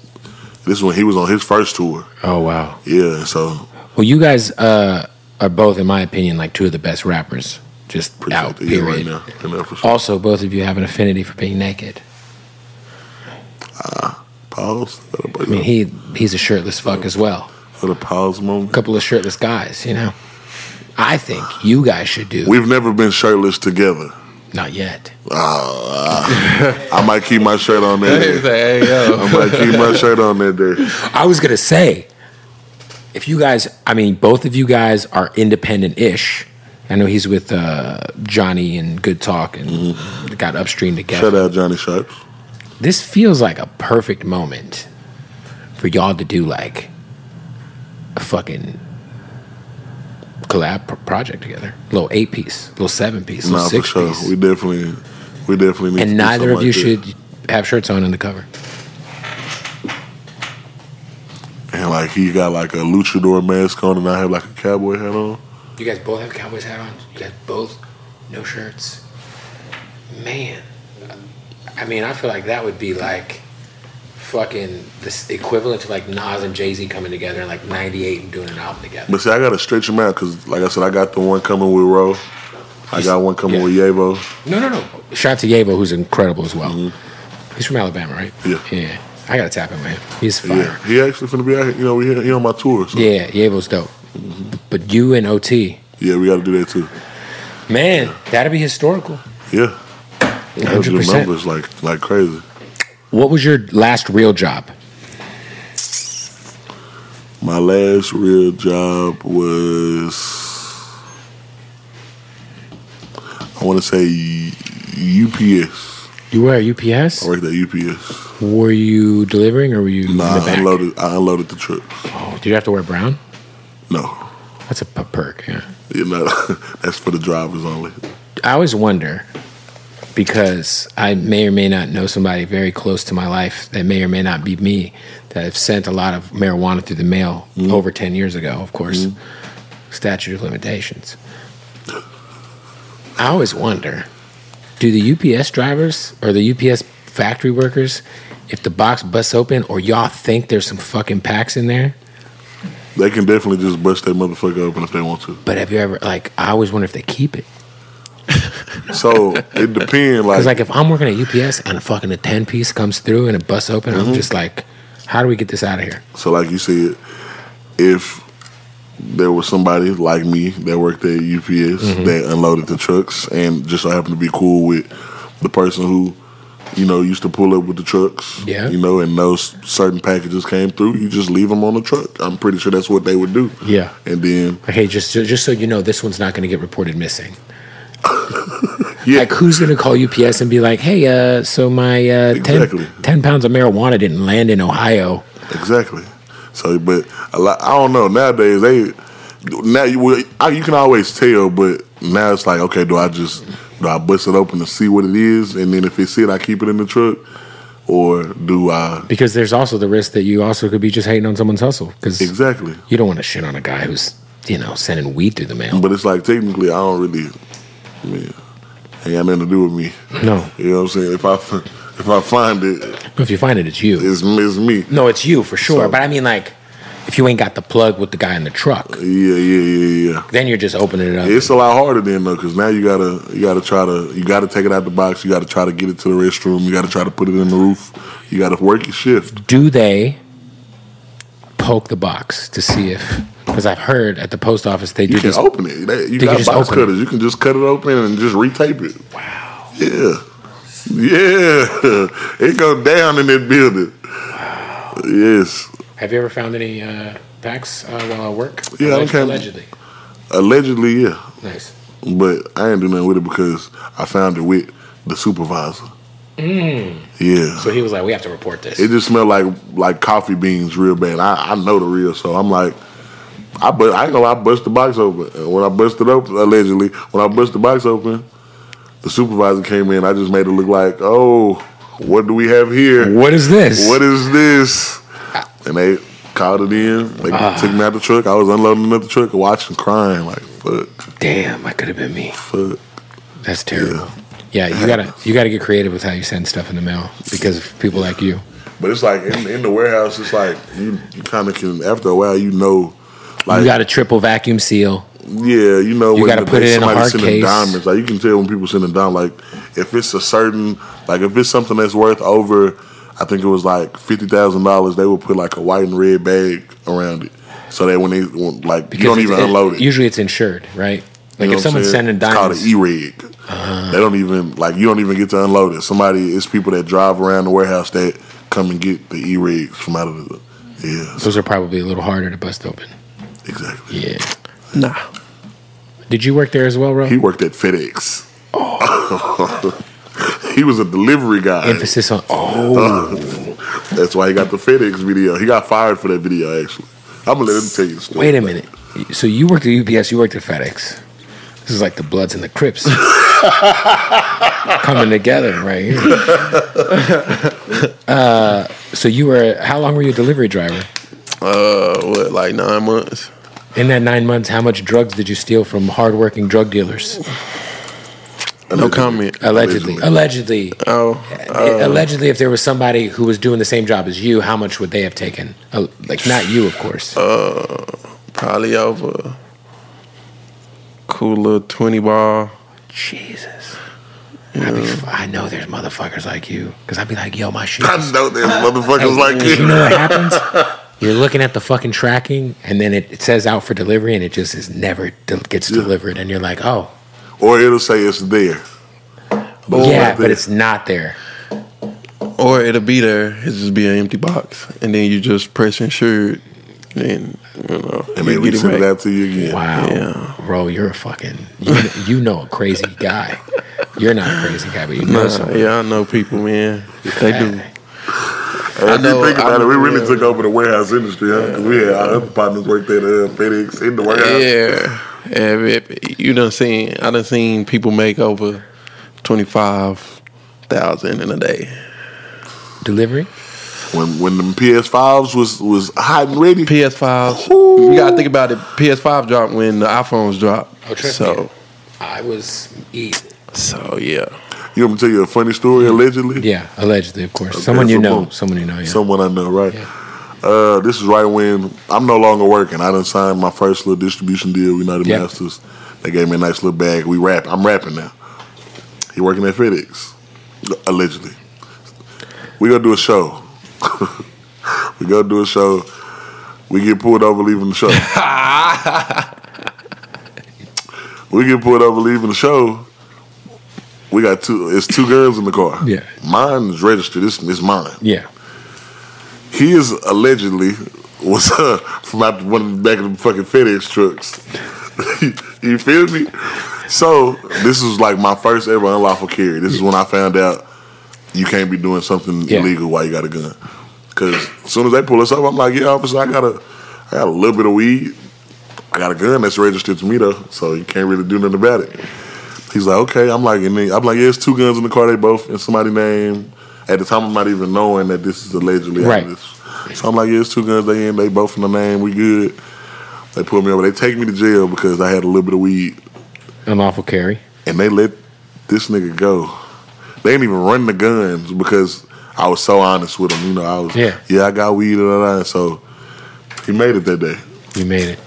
Speaker 3: this is when he was on his first tour.
Speaker 4: Oh, wow.
Speaker 3: Yeah. So
Speaker 4: Well, you guys uh, are both, in my opinion, like two of the best rappers just
Speaker 3: appreciate
Speaker 4: out.
Speaker 3: the year
Speaker 4: Period.
Speaker 3: right now. You know, for sure.
Speaker 4: Also, both of you have an affinity for being naked.
Speaker 3: pause.
Speaker 4: I mean, he he's a shirtless fuck as well.
Speaker 3: What a pause
Speaker 4: A
Speaker 3: moment.
Speaker 4: couple of shirtless guys, you know. I think you guys should do.
Speaker 3: We've never been shirtless together.
Speaker 4: Not yet.
Speaker 3: Ah, I might keep my shirt on that
Speaker 5: He's like,
Speaker 3: day.
Speaker 5: hey, yo.
Speaker 3: I might keep my shirt on that day.
Speaker 4: I was gonna say, if you guys, I mean, both of you guys are independent-ish. I know he's with uh, Johnny and Good Talk and
Speaker 3: Mm-hmm.
Speaker 4: got upstream together.
Speaker 3: Shout out Johnny Sharps.
Speaker 4: this feels like a perfect moment for y'all to do like a fucking collab pro- project together. Little eight piece, little seven piece, little
Speaker 3: Nah, for
Speaker 4: six
Speaker 3: sure.
Speaker 4: piece.
Speaker 3: We definitely, we definitely need. to do
Speaker 4: and neither of
Speaker 3: something
Speaker 4: you
Speaker 3: like that.
Speaker 4: should have shirts on in the cover.
Speaker 3: And like he got like a luchador mask on, and I have like a cowboy hat on.
Speaker 4: You guys both have cowboys hat on. You guys both no shirts. Man, I mean, I feel like that would be like fucking this equivalent to like Nas and Jay Z coming together in like '98 and doing an album together.
Speaker 3: But see, I gotta stretch him out because, like I said, I got the one coming with Ro. I got one coming
Speaker 4: Yeah.
Speaker 3: with Yevo.
Speaker 4: No, no, no. Shout out to Yavo, who's incredible as well. He's from Alabama, right?
Speaker 3: Mm-hmm. Yeah.
Speaker 4: Yeah. I gotta tap him, man. He's
Speaker 3: Yeah,
Speaker 4: fire.
Speaker 3: he actually finna be out. Here. You know, we he, he on my tour. So.
Speaker 4: Yeah, Yavo's dope.
Speaker 3: Mm-hmm.
Speaker 4: But you and OT,
Speaker 3: yeah, we gotta do that too.
Speaker 4: man, that'll be historical.
Speaker 3: Yeah, Gotta do
Speaker 4: 100%.
Speaker 3: numbers like like crazy.
Speaker 4: What was your last real job?
Speaker 3: My last real job was I want to say UPS.
Speaker 4: You were at UPS?
Speaker 3: I worked at UPS.
Speaker 4: were you delivering or were you in the
Speaker 3: Nah, I
Speaker 4: back?
Speaker 3: unloaded. I unloaded the trucks.
Speaker 4: Oh, did you have to wear brown?
Speaker 3: No,
Speaker 4: That's a p- perk, yeah.
Speaker 3: you know (laughs) that's for the drivers only.
Speaker 4: I always wonder because I may or may not know somebody very close to my life that may or may not be me that have sent a lot of marijuana through the mail over 10 years ago, of course. Statute of limitations. I always wonder do the UPS drivers or the UPS factory workers, if the box busts open or y'all think there's some fucking packs in there,
Speaker 3: They can definitely just bust that motherfucker open if they want to.
Speaker 4: but have you ever, like, I always wonder if they keep it.
Speaker 3: So
Speaker 4: (laughs)
Speaker 3: it depends. Like,
Speaker 4: Because like if I'm working at UPS and a fucking a ten piece comes through and a bus
Speaker 3: Mm-hmm.
Speaker 4: open, I'm just like, how do we get this out of here?
Speaker 3: so, like you said, if there was somebody like me that worked at UPS
Speaker 4: Mm-hmm.
Speaker 3: that unloaded the trucks and just so happened to be cool with the person who, you know, used to pull up with the trucks.
Speaker 4: Yeah.
Speaker 3: You know, and those certain packages came through, you just leave them on the truck. I'm pretty sure that's what they would do.
Speaker 4: Yeah.
Speaker 3: And then,
Speaker 4: Okay, just just so you know, this one's not going to get reported missing.
Speaker 3: yeah.
Speaker 4: Like, who's going to call UPS and be like, "Hey, uh, so my uh,
Speaker 3: Exactly.
Speaker 4: 10, 10 pounds of marijuana didn't land in Ohio."
Speaker 3: Exactly. So, but a lot, I don't know. Nowadays, they now you well, I, you can always tell, but now it's like, okay, do I just do I bust it open to see what it is, and then if it's it, I keep it in the truck, or do I?
Speaker 4: Because there's also the risk that you also could be just hating on someone's hustle because
Speaker 3: Exactly.
Speaker 4: you don't want to shit on a guy who's you know sending weed through the mail.
Speaker 3: But it's like technically, I don't really. I mean, ain't got nothing to do with me.
Speaker 4: No,
Speaker 3: You know what I'm saying? If I (laughs) if I find it,
Speaker 4: if you find it, it's you.
Speaker 3: it's, it's me.
Speaker 4: No, it's you for sure.
Speaker 3: So-
Speaker 4: but I mean, like, if you ain't got the plug with the guy in the truck,
Speaker 3: Yeah, yeah, yeah, yeah.
Speaker 4: then you're just opening it up.
Speaker 3: It's a lot harder then though, because now you gotta you gotta try to you gotta take it out the box. You gotta try to get it to the restroom. You gotta try to put it in the roof. You gotta work your shift.
Speaker 4: do they poke the box to see if because I've heard at the post office they
Speaker 3: You
Speaker 4: do
Speaker 3: can
Speaker 4: this.
Speaker 3: open it. They- You
Speaker 4: They can
Speaker 3: got
Speaker 4: just
Speaker 3: box
Speaker 4: open it.
Speaker 3: cutters. You can just cut it open and just retape it. Wow. Yeah. Yeah. (laughs) It go down in that building. Yes.
Speaker 4: Have you ever found any uh, packs uh, while at work?
Speaker 3: Yeah, I
Speaker 4: Alleg-
Speaker 3: can-
Speaker 4: allegedly.
Speaker 3: Allegedly, yeah.
Speaker 4: Nice.
Speaker 3: But I ain't do nothing with it because I found it with the supervisor. Yeah.
Speaker 4: Mm. So he was like, "We have to report this."
Speaker 3: It just smelled like like coffee beans real bad. I, I know the real, so I'm like, I but I ain't gonna lie, I bust the box open. And When I bust it open, allegedly, when I bust the box open, the supervisor came in. I just made it look like, oh, what do we have here?
Speaker 4: what is this?
Speaker 3: What is this? And they called it in. They
Speaker 4: Ah.
Speaker 3: took me out the truck. I was unloading another truck, watching, crying like, fuck,
Speaker 4: Damn, that could have been me.
Speaker 3: fuck.
Speaker 4: That's terrible. Yeah, you gotta you gotta get creative with how you send stuff in the mail because of people like you.
Speaker 3: But it's like in, in the warehouse, it's like you, you kind of can. After a while, you know, like
Speaker 4: You got a triple vacuum seal.
Speaker 3: Yeah, you know,
Speaker 4: You
Speaker 3: when
Speaker 4: gotta
Speaker 3: the-
Speaker 4: put it in a
Speaker 3: somebody
Speaker 4: hard
Speaker 3: sending
Speaker 4: case.
Speaker 3: diamonds, like you can tell when people sending down, like if it's a certain, like if it's something that's worth over, I think it was like fifty thousand dollars, they will put like a white and red bag around it, so that when they when, like you don't
Speaker 4: it's-
Speaker 3: even unload it.
Speaker 4: Usually it's insured, right?
Speaker 3: You
Speaker 4: Like
Speaker 3: know what
Speaker 4: if
Speaker 3: I'm
Speaker 4: someone's
Speaker 3: saying?
Speaker 4: sending
Speaker 3: it's
Speaker 4: diamonds, Uh-huh.
Speaker 3: called an e-rig. they don't even like you don't even get to unload it. Somebody, it's people that drive around the warehouse that come and get the e-rigs from out of the. Yeah,
Speaker 4: those are probably a little harder to bust open.
Speaker 3: exactly.
Speaker 4: Yeah.
Speaker 5: Nah.
Speaker 4: Did you work there as well, Ro?
Speaker 3: He worked at FedEx. (laughs) he was a delivery guy.
Speaker 4: Emphasis on oh,
Speaker 3: That's why he got the FedEx video. He got fired for that video, actually. I'm gonna let him tell you the story.
Speaker 4: wait a minute. So you worked at UPS, you worked at FedEx. This is like the Bloods and the Crips coming together right here. Uh, so you were how long were you a delivery driver?
Speaker 5: Uh, what, like nine months?
Speaker 4: In that nine months, how much drugs did you steal from hardworking drug dealers?
Speaker 5: No comment.
Speaker 4: Allegedly, allegedly,
Speaker 5: Oh,
Speaker 4: allegedly. If there was somebody who was doing the same job as you, how much would they have taken? Uh, like not you, of course.
Speaker 5: probably over cool little 20 ball.
Speaker 4: Jesus. I'd be f- I know there's motherfuckers like you because I'd be like, yo, my
Speaker 3: (laughs)
Speaker 4: shit.
Speaker 3: I just know there's motherfuckers like
Speaker 4: You know
Speaker 3: you.
Speaker 4: what happens? (laughs) You're looking at the fucking tracking, and then it, it says out for delivery, and it just is never del- gets delivered, and you're like, oh,
Speaker 3: Or it'll say it's there. But
Speaker 4: yeah,
Speaker 3: not
Speaker 4: but
Speaker 3: there.
Speaker 4: it's not there.
Speaker 5: Or it'll be there. It'll just be an empty box. And then you just press insured. And, you know,
Speaker 3: And
Speaker 5: you
Speaker 3: then we
Speaker 5: get it
Speaker 3: send it
Speaker 5: back.
Speaker 3: out to you again.
Speaker 4: Wow,
Speaker 5: Yeah.
Speaker 4: bro, you're a fucking you, you know a crazy guy. You're not a crazy guy, but you know
Speaker 5: Nah,
Speaker 4: something.
Speaker 5: yeah, I know people, man. They do.
Speaker 3: And if
Speaker 5: know,
Speaker 3: you think
Speaker 5: I
Speaker 3: about it, we
Speaker 5: know,
Speaker 3: really
Speaker 5: yeah.
Speaker 3: took over the warehouse industry, huh? 'Cause we had our other partners worked at uh, FedEx in the warehouse.
Speaker 5: Yeah. If- if- you done seen, I done seen people make over 25,000 in a day.
Speaker 4: Delivery?
Speaker 3: When when the PS5s was was hot and ready.
Speaker 5: PS5s,
Speaker 3: Ooh.
Speaker 5: you gotta think about it. PS5 dropped when the iPhones dropped.
Speaker 4: Oh, trust
Speaker 5: so,
Speaker 4: me. I was eating.
Speaker 5: so yeah.
Speaker 3: you want me to tell you a funny story, allegedly?
Speaker 4: Yeah, allegedly, of course.
Speaker 3: Okay,
Speaker 4: someone you
Speaker 3: so
Speaker 4: know.
Speaker 3: boom.
Speaker 4: Someone you know. Yeah.
Speaker 3: Someone I know, right? Uh, this is right when I'm no longer working. I done signed my first little distribution deal. We United
Speaker 4: Yeah.
Speaker 3: Masters. They gave me a nice little bag. We rap. I'm rapping now. He working at FedEx, allegedly. (laughs) We gonna do a show. we gonna do a show. We get pulled over leaving
Speaker 4: (laughs)
Speaker 3: the show. we get pulled over leaving the show. We got two. It's two girls in the car.
Speaker 4: Yeah.
Speaker 3: mine is registered. It's, it's mine.
Speaker 4: Yeah.
Speaker 3: He is allegedly was uh, from out the- one of the back of the fucking FedEx trucks. (laughs) you feel me? So this was like my first ever unlawful carry. This is when I found out you can't be doing something
Speaker 4: Yeah.
Speaker 3: illegal while you got a gun. Cause as soon as they pull us up, I'm like, yeah, officer, I got a, I got a little bit of weed. I got a gun that's registered to me though, so you can't really do nothing about it. He's like, okay. I'm like, and then, I'm like, yeah, it's two guns in the car. They both in somebody's name. At the time, I'm not even knowing that this is allegedly out of
Speaker 4: Right.
Speaker 3: this. So I'm like, yeah, it's two guns. They in. They both in the name. We good. They pull me over. They take me to jail because I had a little bit of weed,
Speaker 4: Unlawful carry.
Speaker 3: and they let this nigga go. They didn't even run the guns because I was so honest with them. You know, I was
Speaker 4: Yeah.
Speaker 3: I got weed. And so he made it that day.
Speaker 4: You made it.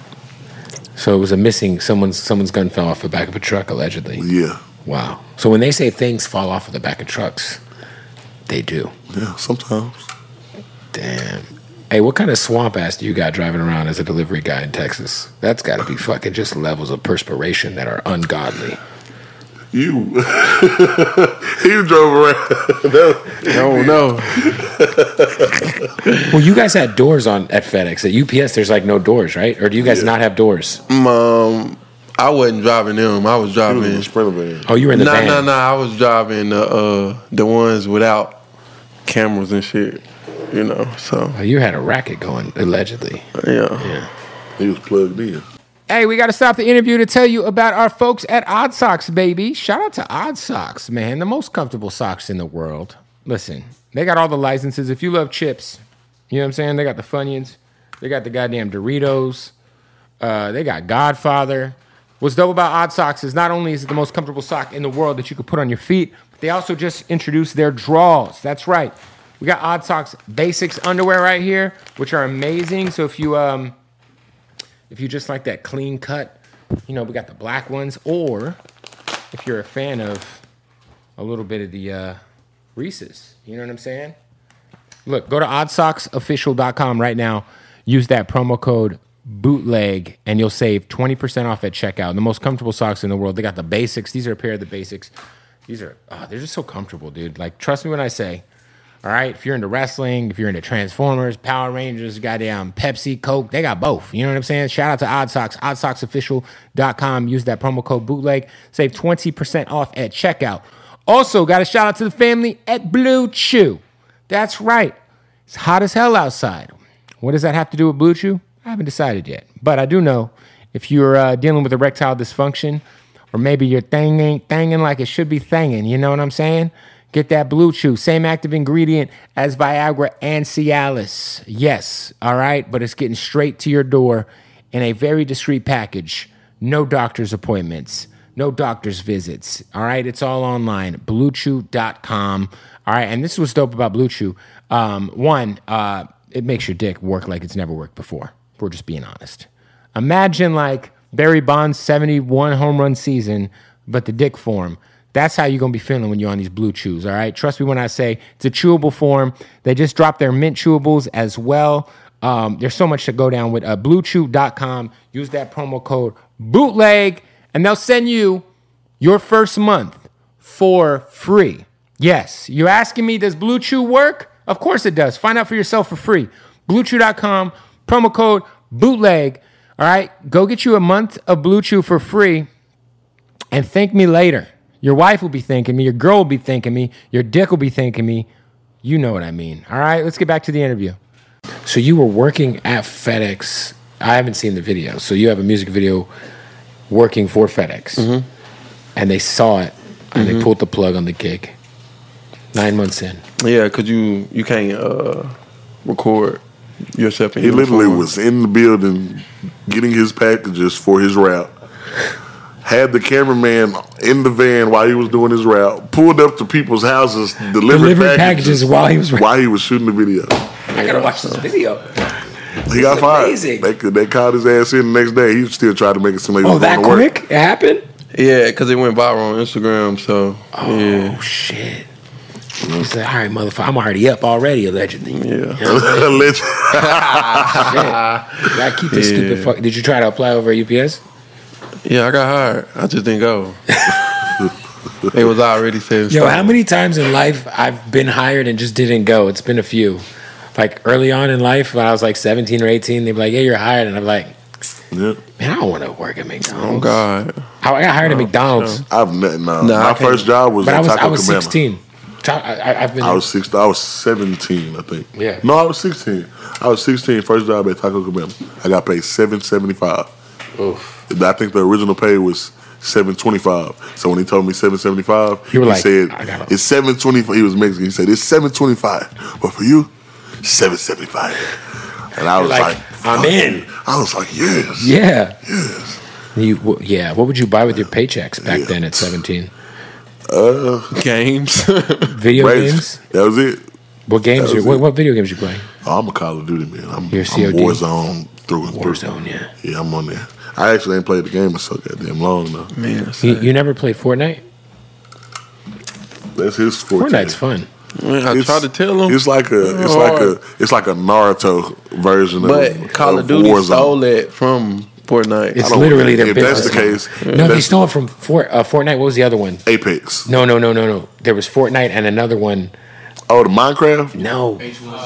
Speaker 4: So it was a missing someone's someone's gun fell off the back of a truck allegedly.
Speaker 3: Yeah,
Speaker 4: Wow. So when they say things fall off of the back of trucks, they do.
Speaker 3: yeah. Sometimes
Speaker 4: Damn. Hey, what kind of swamp ass do you got driving around as a delivery guy in Texas? That's got to be fucking just levels of perspiration that are ungodly.
Speaker 3: you (laughs) he drove around. (laughs)
Speaker 5: Oh no.
Speaker 4: Well, you guys had doors on at FedEx. At UPS, there's like no doors, right? Or do you guys not have doors?
Speaker 5: Um, I wasn't driving them. I was
Speaker 3: He was in
Speaker 5: driving.
Speaker 3: the sprinter van.
Speaker 4: Oh, you were in the
Speaker 5: Nah,
Speaker 4: van.
Speaker 5: nah, nah. I was driving the uh, the ones without cameras and shit. You know, so
Speaker 4: Oh, you had a racket going allegedly.
Speaker 5: yeah.
Speaker 3: He was plugged in.
Speaker 4: Hey, we got to stop the interview to tell you about our folks at Odd Socks, baby. Shout out to Odd Socks, man, the most comfortable socks in the world. Listen, they got all the licenses. If you love chips, you know what I'm saying? They got the Funyuns, they got the goddamn Doritos, uh, they got Godfather. What's dope about Odd Socks is not only is it the most comfortable sock in the world that you could put on your feet, but they also just introduced their draws. That's right. We got Odd Socks Basics underwear right here, which are amazing. So if you um, if you just like that clean cut, you know, we got the black ones. Or if you're a fan of a little bit of the uh, Reese's, you know what I'm saying? Look, go to oddsocksofficial.com right now. Use that promo code bootleg and you'll save 20% off at checkout. The most comfortable socks in the world. They got the basics. These are a pair of the basics. These are, oh, they're just so comfortable, dude. Like, trust me when I say, all right, if you're into wrestling, if you're into Transformers, Power Rangers, goddamn Pepsi, Coke, they got both. You know what I'm saying? Shout out to Odd Socks, oddsocksofficial.com. Use that promo code bootleg. Save 20% off at checkout. Also, got a shout out to the family at Blue Chew. That's right. It's hot as hell outside. What does that have to do with Blue Chew? I haven't decided yet. But I do know if you're uh, dealing with erectile dysfunction, or maybe your thing ain't thanging like it should be thanging, you know what I'm saying? Get that Blue Chew, same active ingredient as Viagra and Cialis. Yes, all right, but it's getting straight to your door in a very discreet package. No doctor's appointments, no doctor's visits. All right, it's all online. BlueChew.com. All right, and this was dope about Blue Chew. Um, one, uh, it makes your dick work like it's never worked before. If We're just being honest. Imagine like Barry Bonds' 71 home run season, but the dick form. That's how you're gonna be feeling when you're on these blue chews, all right? Trust me when I say it's a chewable form. They just dropped their mint chewables as well. Um, there's so much to go down with. Uh, BlueChew.com. Use that promo code bootleg, and they'll send you your first month for free. Yes, you're asking me, does Blue Chew work? Of course it does. Find out for yourself for free. BlueChew.com, promo code bootleg. All right, go get you a month of Blue Chew for free and thank me later. Your wife will be thanking me. Your girl will be thanking me. Your dick will be thanking me. You know what I mean. All right, let's get back to the interview. So you were working at FedEx. I haven't seen the video. So you have a music video working for FedEx, and they saw it and they pulled the plug on the gig. Nine months in,
Speaker 5: Yeah, cause you you can't uh, record yourself. In
Speaker 3: He literally
Speaker 5: uniform.
Speaker 3: was in the building getting his packages for his route. Had the cameraman in the van while he was doing his route. Pulled up to people's houses, delivered,
Speaker 4: Delivered
Speaker 3: packages,
Speaker 4: packages while he was-
Speaker 3: while he was shooting the video.
Speaker 4: I gotta watch this video.
Speaker 3: He got fired.
Speaker 4: amazing.
Speaker 3: They could, they called his ass in the next day. He still tried to make it seem like he
Speaker 4: Oh,
Speaker 3: was going
Speaker 4: that
Speaker 3: to (laughs) work.
Speaker 4: quick? It happened?
Speaker 5: Yeah, cause it went viral on Instagram. So yeah,
Speaker 4: Oh shit! He said, "All right, motherfucker, I'm already up already, allegedly."
Speaker 5: Yeah.
Speaker 4: You know what I'm saying? (laughs)
Speaker 3: Legend.
Speaker 4: Shit. Gotta keep this stupid
Speaker 5: Yeah.
Speaker 4: fuck. Did you try to apply over at UPS?
Speaker 5: Yeah, I got hired. I just didn't go. they
Speaker 3: (laughs)
Speaker 5: was already saying
Speaker 4: Yo, how many times in life I've been hired and just didn't go? It's been a few. Like early on in life, when I was like 17 or 18, they'd be like, "Yeah, you're hired," and I'm like,
Speaker 3: Yep.
Speaker 4: "Man, I don't want to work at McDonald's."
Speaker 5: Oh God.
Speaker 4: How I got hired at McDonald's,
Speaker 3: I've nothing. Nah.
Speaker 5: Nah, I
Speaker 3: My
Speaker 5: can't-
Speaker 3: first job was
Speaker 4: but I
Speaker 3: at
Speaker 4: was
Speaker 3: Taco
Speaker 4: I was
Speaker 3: Cabana.
Speaker 4: 16. Ta- I, I, I've been
Speaker 3: I was six. I was seventeen, I think.
Speaker 4: Yeah.
Speaker 3: No, I was sixteen. I was sixteen. First job at Taco Cabana. I got paid seven seventy five.
Speaker 4: Oof.
Speaker 3: I think the original pay was seven twenty five. So when he told me seven seventy five, he
Speaker 4: You were like,
Speaker 3: said
Speaker 4: "I gotta-"
Speaker 3: it's seven twenty five. He was Mexican. He said it's seven twenty five, but for you, seven seventy five. And I was
Speaker 4: like,
Speaker 3: like,
Speaker 4: "I'm
Speaker 3: "Fuck
Speaker 4: in."
Speaker 3: you." I was like, yes.
Speaker 4: yeah. You, w- yeah, what would you buy with your paychecks back then at 17?
Speaker 5: Games. (laughs)
Speaker 4: Video
Speaker 3: Raised-
Speaker 4: games?
Speaker 3: That was it.
Speaker 4: What games?
Speaker 3: That
Speaker 4: You,
Speaker 3: was
Speaker 4: what,
Speaker 3: it.
Speaker 4: what video games you playing?
Speaker 3: Oh, I'm a Call of Duty man. I'm, I'm
Speaker 4: You're COD?
Speaker 3: Warzone through and through.
Speaker 4: Warzone, yeah.
Speaker 3: Yeah, I'm on there. I actually ain't played the game in so goddamn long though.
Speaker 5: Man,
Speaker 4: You,
Speaker 5: sad.
Speaker 4: you never played Fortnite?
Speaker 3: That's his forte.
Speaker 4: Fortnite's fun.
Speaker 5: Man, I tried to tell Oh. them.
Speaker 3: It's like a, it's like a, it's like a Naruto version of
Speaker 5: but Call of Duty
Speaker 3: Warzone.
Speaker 5: stole it from Fortnite.
Speaker 4: It's
Speaker 3: I don't-
Speaker 4: literally their
Speaker 3: if
Speaker 4: business.
Speaker 3: that's the case.
Speaker 4: No, they
Speaker 3: that's
Speaker 4: stole it from Fort, uh, Fortnite. What was the other one?
Speaker 3: Apex.
Speaker 4: No, no, no, no, no. There was Fortnite and another one.
Speaker 3: Oh, the Minecraft.
Speaker 4: No.
Speaker 5: yeah,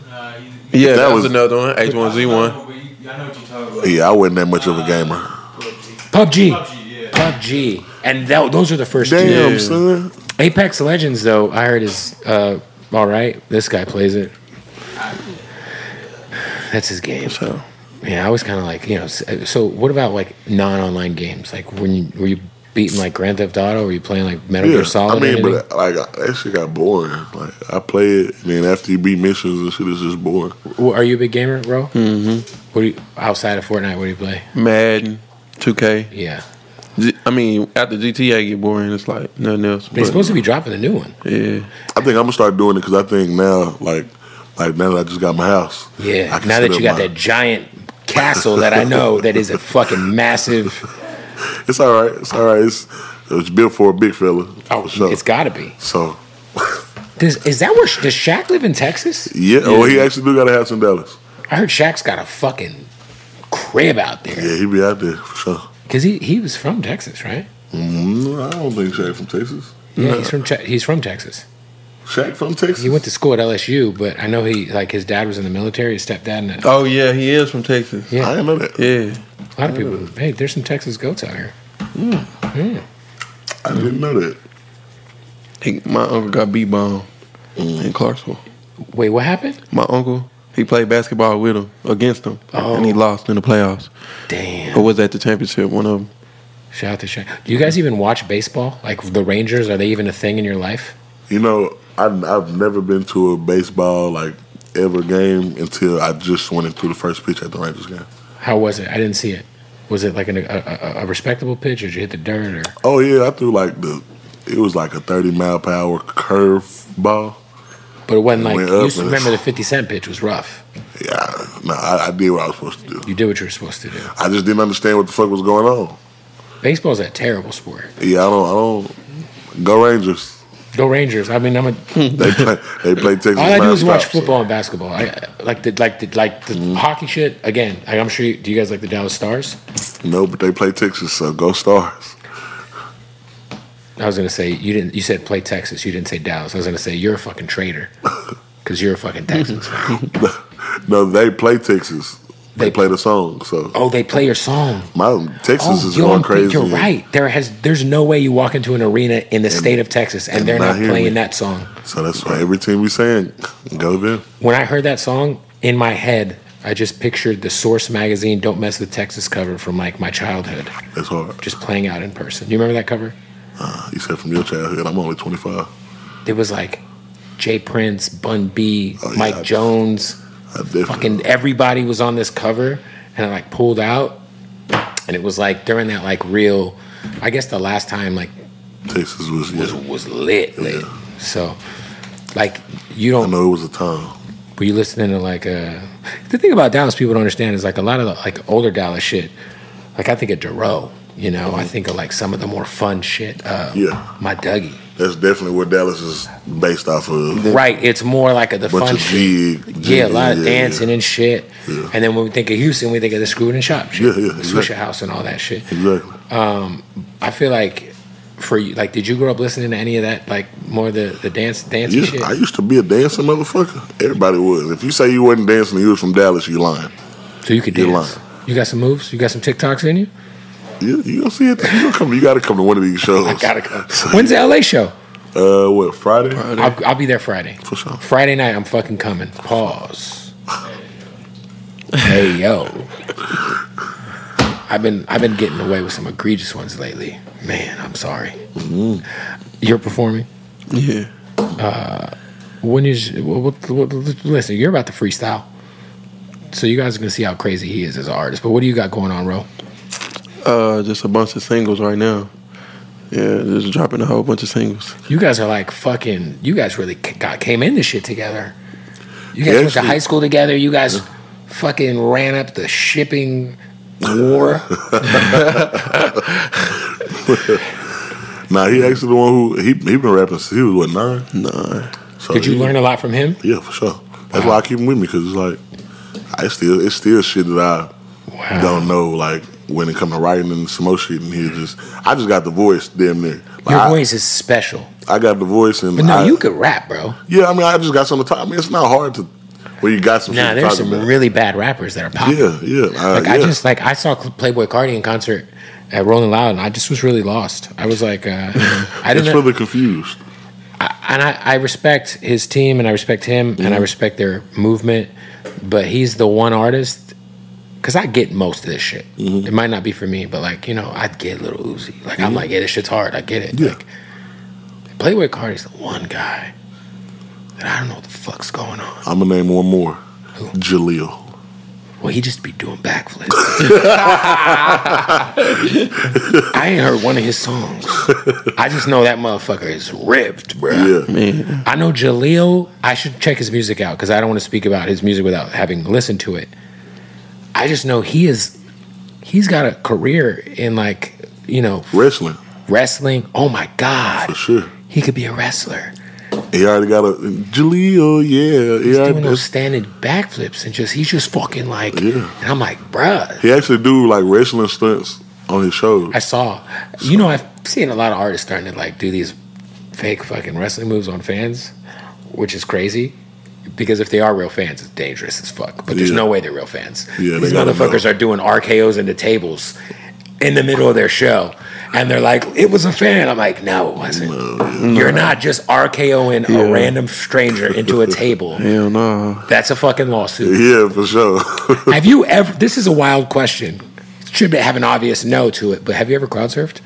Speaker 3: that
Speaker 5: that, was,
Speaker 3: was-
Speaker 5: another one. H one Z one.
Speaker 3: Yeah, I wasn't that much of a gamer.
Speaker 4: PUBG. PUBG. And that, those are the first two.
Speaker 3: Damn, son.
Speaker 4: Apex Legends, though, I heard is uh, all right. This guy plays it. That's his game.
Speaker 5: So
Speaker 4: Yeah, I was kind of like, you know. s- uh, So, what about like non-online games? Like, when you, were you beating like Grand Theft Auto? Were you playing like Metal
Speaker 3: Yeah,
Speaker 4: Gear Solid?
Speaker 3: I
Speaker 4: or
Speaker 3: mean,
Speaker 4: anything?
Speaker 3: but like that shit got boring. Like I play it, and then after you beat missions and shit, it's just boring.
Speaker 4: Well, are you a big gamer, bro? Mm-hmm. What do you outside of Fortnite? What do you play?
Speaker 5: Madden, two K.
Speaker 4: Yeah,
Speaker 5: G- I mean, after GTA get boring, it's like nothing else.
Speaker 4: they're supposed to be dropping a new one.
Speaker 5: Yeah,
Speaker 3: I think I'm gonna start doing it because I think now, like, like now that I just got my house.
Speaker 4: Yeah,
Speaker 3: I can
Speaker 4: now that
Speaker 3: set
Speaker 4: you
Speaker 3: up
Speaker 4: got
Speaker 3: my-
Speaker 4: that giant castle that I know that is a fucking massive.
Speaker 3: (laughs) it's all right. It's all right. It's it's built for a big fella.
Speaker 4: Oh,
Speaker 3: for sure.
Speaker 4: it's got to be.
Speaker 3: so (laughs)
Speaker 4: Does, is that where Sha- does Shaq live in Texas?
Speaker 3: yeah. Oh, he actually do got a house in Dallas.
Speaker 4: I heard Shaq's got a fucking crib out there
Speaker 3: Yeah, he be out there for sure.
Speaker 4: because he, he was from Texas, right?
Speaker 3: Mm, I don't think Shaq from Texas.
Speaker 4: Yeah, he's from Che- he's from Texas.
Speaker 3: Shaq from Texas.
Speaker 4: He went to school at LSU, but I know he like his dad was in the military, his stepdad, and a
Speaker 5: Oh yeah, he is from Texas.
Speaker 4: Yeah.
Speaker 3: I didn't know that.
Speaker 5: Yeah,
Speaker 4: lot of
Speaker 3: Oh.
Speaker 4: people. Hey, there's some Texas goats out here.
Speaker 3: I didn't know that.
Speaker 5: He, my uncle got beat bombed in Clarksville.
Speaker 4: Wait, what happened?
Speaker 5: My uncle, he played basketball with him against him, and
Speaker 3: Oh.
Speaker 5: he lost in the playoffs. Or
Speaker 4: Damn!
Speaker 5: was that the championship? One of them.
Speaker 4: Shout out to Shaq. Do you guys even watch baseball? Like the Rangers, are they even a thing in your life?
Speaker 3: You know, I, I've never been to a baseball like ever game until I just went and threw the first pitch at the Rangers game.
Speaker 4: How was it? I didn't see it. Was it like an, a, a, a respectable pitch, or did you hit the dirt? Or
Speaker 3: Oh yeah, I threw like the. It was like a thirty mile per hour curve ball.
Speaker 4: but it wasn't like
Speaker 3: Went
Speaker 4: you
Speaker 3: up
Speaker 4: used to
Speaker 3: and-
Speaker 4: remember the fifty cent pitch was rough.
Speaker 3: Yeah, no, I, I did what I was supposed to do.
Speaker 4: You did what you were supposed to do.
Speaker 3: I just didn't understand what the fuck was going on.
Speaker 4: Baseball's a terrible sport.
Speaker 3: Yeah, I don't. I don't. Go Rangers.
Speaker 4: Go Rangers! I mean, I'm a
Speaker 3: They play. they play Texas.
Speaker 4: All I do is
Speaker 3: nonstop,
Speaker 4: watch
Speaker 3: so-
Speaker 4: football and basketball. I like the like the like the
Speaker 3: Hmm.
Speaker 4: hockey shit again. I, I'm sure. You, do you guys like the Dallas Stars?
Speaker 3: No, but they play Texas, so go Stars. (laughs)
Speaker 4: I was gonna say you didn't. You said play Texas. You didn't say Dallas. I was gonna say you're a
Speaker 3: (laughs)
Speaker 4: fucking traitor because you're a fucking Texas fan.
Speaker 3: No, they play Texas. They,
Speaker 4: They-
Speaker 3: play the song. So
Speaker 4: Oh, they play your song.
Speaker 3: my Texas
Speaker 4: oh,
Speaker 3: is
Speaker 4: yo,
Speaker 3: going
Speaker 4: I'm think
Speaker 3: crazy.
Speaker 4: You're right. There has there's no way you walk into an arena in the state of Texas and,
Speaker 3: and
Speaker 4: they're
Speaker 3: not
Speaker 4: not
Speaker 3: hear
Speaker 4: playing
Speaker 3: me.
Speaker 4: that song.
Speaker 3: So that's why every team we saying go there.
Speaker 4: When I heard that song in my head, I just pictured the Source magazine "Don't Mess with Texas" cover from like my childhood,
Speaker 3: That's hard. Uh,
Speaker 4: just playing out in person. You remember that cover?
Speaker 3: You said from your childhood. I'm only 25.
Speaker 4: It was like Jay Prince, Bun B,
Speaker 3: Oh, yeah.
Speaker 4: Mike Jones,
Speaker 3: I definitely.
Speaker 4: fucking everybody was on this cover, and I like pulled out, and it was like during that like real, I guess the last time like
Speaker 3: Texas was.
Speaker 4: was
Speaker 3: Yeah,
Speaker 4: was lit lit.
Speaker 3: Yeah.
Speaker 4: So, like you
Speaker 3: I
Speaker 4: don't
Speaker 3: know it was a time.
Speaker 4: were you listening to like uh the thing about Dallas people don't understand is like a lot of the, like older Dallas shit. Like I think of Duro. You know, I think of like some of the more fun shit. Uh,
Speaker 3: Mm-hmm. Yeah.
Speaker 4: My Dougie.
Speaker 3: That's definitely what Dallas is based off of.
Speaker 4: Right. It's more like a, the
Speaker 3: Bunch
Speaker 4: fun
Speaker 3: of
Speaker 4: shit.
Speaker 3: jig-
Speaker 4: yeah, a lot of
Speaker 3: jigging, yeah,
Speaker 4: dancing
Speaker 3: yeah.
Speaker 4: and shit.
Speaker 3: Yeah.
Speaker 4: And then when we think of Houston, we think of the screwed and shop shit.
Speaker 3: Yeah, yeah,
Speaker 4: Swisher
Speaker 3: exactly.
Speaker 4: House and all that shit. Uh, Um,
Speaker 3: Exactly.
Speaker 4: I feel like for you, like, did you grow up listening to any of that? Like more the the dance dancing
Speaker 3: Yeah,
Speaker 4: shit.
Speaker 3: I used to be a dancing motherfucker. Everybody was. If you say you wasn't dancing, you was from Dallas. You lying.
Speaker 4: so you could
Speaker 3: you
Speaker 4: dance.
Speaker 3: lying.
Speaker 4: You got some moves. You got some TikToks in you.
Speaker 3: You, you gonna see it? You gonna come? You gotta come to one of these shows.
Speaker 4: (laughs) I gotta go. When's the LA show?
Speaker 3: Uh, what Friday?
Speaker 4: I'll, I'll be there Friday.
Speaker 3: For sure.
Speaker 4: Friday night, I'm fucking coming. Pause. hey yo, I've been I've been getting away with some egregious ones lately. Man, I'm sorry.
Speaker 3: Mm-hmm.
Speaker 4: You're performing.
Speaker 5: Yeah.
Speaker 4: When is well, what, what, listen? You're about to freestyle, so you guys are gonna see how crazy he is as an artist. But what do you got going on, Ro?
Speaker 5: Uh, just a bunch of singles right now. Yeah, just dropping a whole bunch of singles.
Speaker 4: You guys are like fucking. You guys really c- got came in this shit together. You guys went to
Speaker 3: Actually-
Speaker 4: high school together. You guys fucking ran up the shipping
Speaker 3: (laughs)
Speaker 4: war.
Speaker 3: Nah, he actually the one who he he been rapping since he was what nine.
Speaker 5: Nah.
Speaker 3: So
Speaker 4: Did you
Speaker 3: he-
Speaker 4: learn a lot from him?
Speaker 3: Yeah, for sure. That's why I keep him with me because it's like I still it's still shit that I
Speaker 4: Wow.
Speaker 3: don't know. Like when it comes to writing and some more shit, and he just I just got the voice damn near. Like,
Speaker 4: Your
Speaker 3: I,
Speaker 4: voice is special.
Speaker 3: I got the voice, and
Speaker 4: But no,
Speaker 3: I,
Speaker 4: you could rap, bro.
Speaker 3: Yeah, I mean, I just got some to talk. I mean, it's not hard to when you got some.
Speaker 4: Nah,
Speaker 3: shit to
Speaker 4: there's
Speaker 3: talk
Speaker 4: some
Speaker 3: about.
Speaker 4: really bad rappers that are popping.
Speaker 3: Yeah, yeah. I,
Speaker 4: like
Speaker 3: yeah.
Speaker 4: I just like I saw Playboy Cardi in concert at Rolling Loud, and I just was really lost. I
Speaker 3: (laughs)
Speaker 4: was like, uh, I
Speaker 3: it's
Speaker 4: didn't.
Speaker 3: really confused.
Speaker 4: and I, I respect his team and I respect him and I respect their movement, but he's the one artist because I get most of this shit. It might not be for me, but like you know, I get little Uzi. Like I'm like, yeah, this shit's hard. I get it.
Speaker 3: Yeah.
Speaker 4: Like, Playboy Cardi's the one guy that I don't know what the fuck's going on.
Speaker 3: I'm gonna name one more. Jaleel.
Speaker 4: Well, he just be doing backflips. (laughs) I ain't heard one of his songs. I just know that motherfucker is ripped, bro.
Speaker 3: Yeah,
Speaker 5: Man.
Speaker 4: I know Jaleel. I should check his music out because I don't want to speak about his music without having listened to it. I just know he is. He's got a career in like you know
Speaker 3: wrestling
Speaker 4: wrestling. Oh my god,
Speaker 3: for sure.
Speaker 4: he could be a wrestler.
Speaker 3: He already got a Jaleel. Yeah, he,
Speaker 4: He's
Speaker 3: already,
Speaker 4: doing those standing backflips and just he's just fucking like.
Speaker 3: Yeah.
Speaker 4: And I'm like, bruh.
Speaker 3: he actually do like wrestling stunts on his shows.
Speaker 4: I saw. You know, I've seen a lot of artists starting to like do these fake fucking wrestling moves on fans, which is crazy. Because if they are real fans, it's dangerous as fuck. But there's
Speaker 3: Yeah.
Speaker 4: no way they're real fans.
Speaker 3: Yeah, they
Speaker 4: these
Speaker 3: gotta
Speaker 4: motherfuckers
Speaker 3: know.
Speaker 4: are doing RKO's into tables in the middle of their show, and they're like, "It was a fan." I'm like, "No, it wasn't. You're not just RKOing a random stranger into
Speaker 3: (laughs)
Speaker 4: a table.
Speaker 5: Hell no.
Speaker 4: That's a fucking lawsuit."
Speaker 3: yeah, for sure. (laughs)
Speaker 4: have you ever? This is a wild question. Should have an obvious no to it, but have you ever crowd surfed?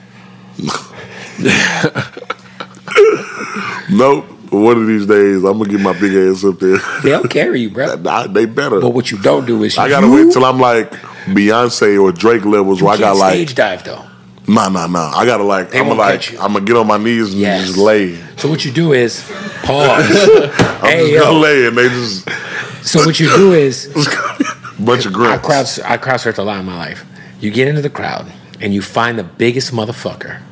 Speaker 3: nope. One of these days, I'm gonna get my big ass up there. (laughs)
Speaker 4: They'll carry you, bro.
Speaker 3: Nah, they better.
Speaker 4: But what you don't do is
Speaker 3: I gotta
Speaker 4: you
Speaker 3: wait till I'm like Beyonce or Drake levels where I
Speaker 4: can't
Speaker 3: got like
Speaker 4: stage dive though.
Speaker 3: Nah, nah, nah. I gotta like,
Speaker 4: They
Speaker 3: I'm
Speaker 4: won't
Speaker 3: gonna like,
Speaker 4: catch you.
Speaker 3: I'm gonna get on my knees and
Speaker 4: Yes.
Speaker 3: just lay.
Speaker 4: So what you
Speaker 3: (laughs)
Speaker 4: do is pause.
Speaker 3: I'm (laughs)
Speaker 4: hey,
Speaker 3: just gonna
Speaker 4: yo.
Speaker 3: lay, and they just
Speaker 4: So what you do is
Speaker 3: bunch of
Speaker 4: I
Speaker 3: grunts.
Speaker 4: crowd I crowd surfed a lot in my life. You get into the crowd and you find the biggest motherfucker,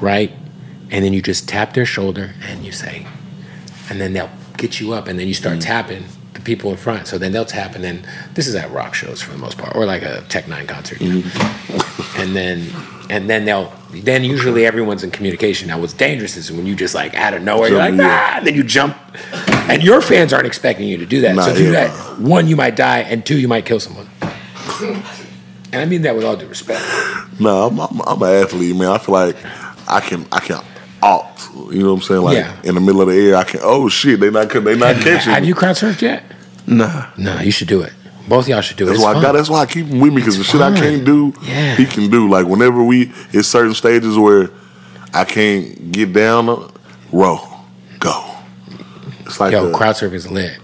Speaker 4: right? And then you just tap their shoulder and you say, and then they'll get you up and then you
Speaker 3: Mm.
Speaker 4: start tapping the people in front. So then they'll tap and then this is at rock shows for the most part or like a Tech Nine concert. you know?
Speaker 3: Mm-hmm.
Speaker 4: and then and then they'll then usually everyone's in communication. Now what's dangerous is when you just like out of nowhere you're like
Speaker 3: Jump, yeah.
Speaker 4: ah, and then you jump, and your fans aren't expecting you to do that.
Speaker 3: Nah,
Speaker 4: so if you do
Speaker 3: yeah.
Speaker 4: that, one you might die, and two you might kill someone. And I mean that with all due respect.
Speaker 3: No, I'm, I'm, I'm an athlete, man. I feel like I can, I can alt. You know what I'm saying? Like
Speaker 4: Yeah.
Speaker 3: in the middle of the air, I can. Oh shit, they not, they not catching.
Speaker 4: (laughs) Have
Speaker 3: me.
Speaker 4: you crowd surfed yet?
Speaker 5: Nah.
Speaker 4: No, you should do it. Both of y'all should do it.
Speaker 3: That's
Speaker 4: It's
Speaker 3: why I
Speaker 4: fun.
Speaker 3: got. That's why I keep him with me because the shit I
Speaker 4: fun.
Speaker 3: can't do,
Speaker 4: Yeah.
Speaker 3: he can do. Like whenever we, it's certain stages where I can't get down, uh, row, go. It's like Oh
Speaker 4: Yo,
Speaker 3: a-
Speaker 4: crowd surfing is lit.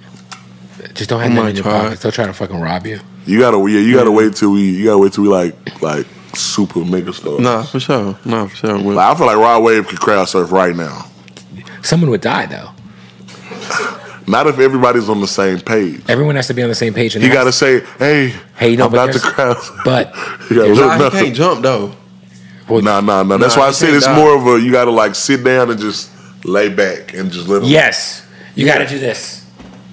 Speaker 4: Just don't have
Speaker 5: I'm
Speaker 4: them
Speaker 5: gonna
Speaker 4: in your
Speaker 5: try.
Speaker 4: pockets. They'll try to fucking rob you.
Speaker 3: You gotta, yeah, you gotta wait till we, you gotta wait till we like, like super mega stars.
Speaker 5: Nah, for sure. Nah, for sure. Well,
Speaker 3: Like, I feel like Rod Wave could crowd surf right now.
Speaker 4: Someone would die though.
Speaker 3: Not if everybody's on the same page.
Speaker 4: Everyone has to be on the same page. And
Speaker 3: You
Speaker 4: that's-
Speaker 3: gotta say, hey,
Speaker 4: Hey, you know,
Speaker 3: I'm
Speaker 4: but
Speaker 3: about to
Speaker 4: there's-
Speaker 3: crowd. (laughs) you
Speaker 4: But
Speaker 3: gotta
Speaker 4: there's-
Speaker 3: look
Speaker 5: Nah, he
Speaker 3: nothing.
Speaker 5: can't jump though.
Speaker 4: Well,
Speaker 3: Nah, nah, nah. That's
Speaker 5: Nah,
Speaker 3: why I
Speaker 5: you
Speaker 3: said
Speaker 5: can't
Speaker 3: it's
Speaker 5: die.
Speaker 3: more of a you gotta like sit down and just lay back and just let them.
Speaker 4: Yes, you got to
Speaker 3: Yeah.
Speaker 4: do this.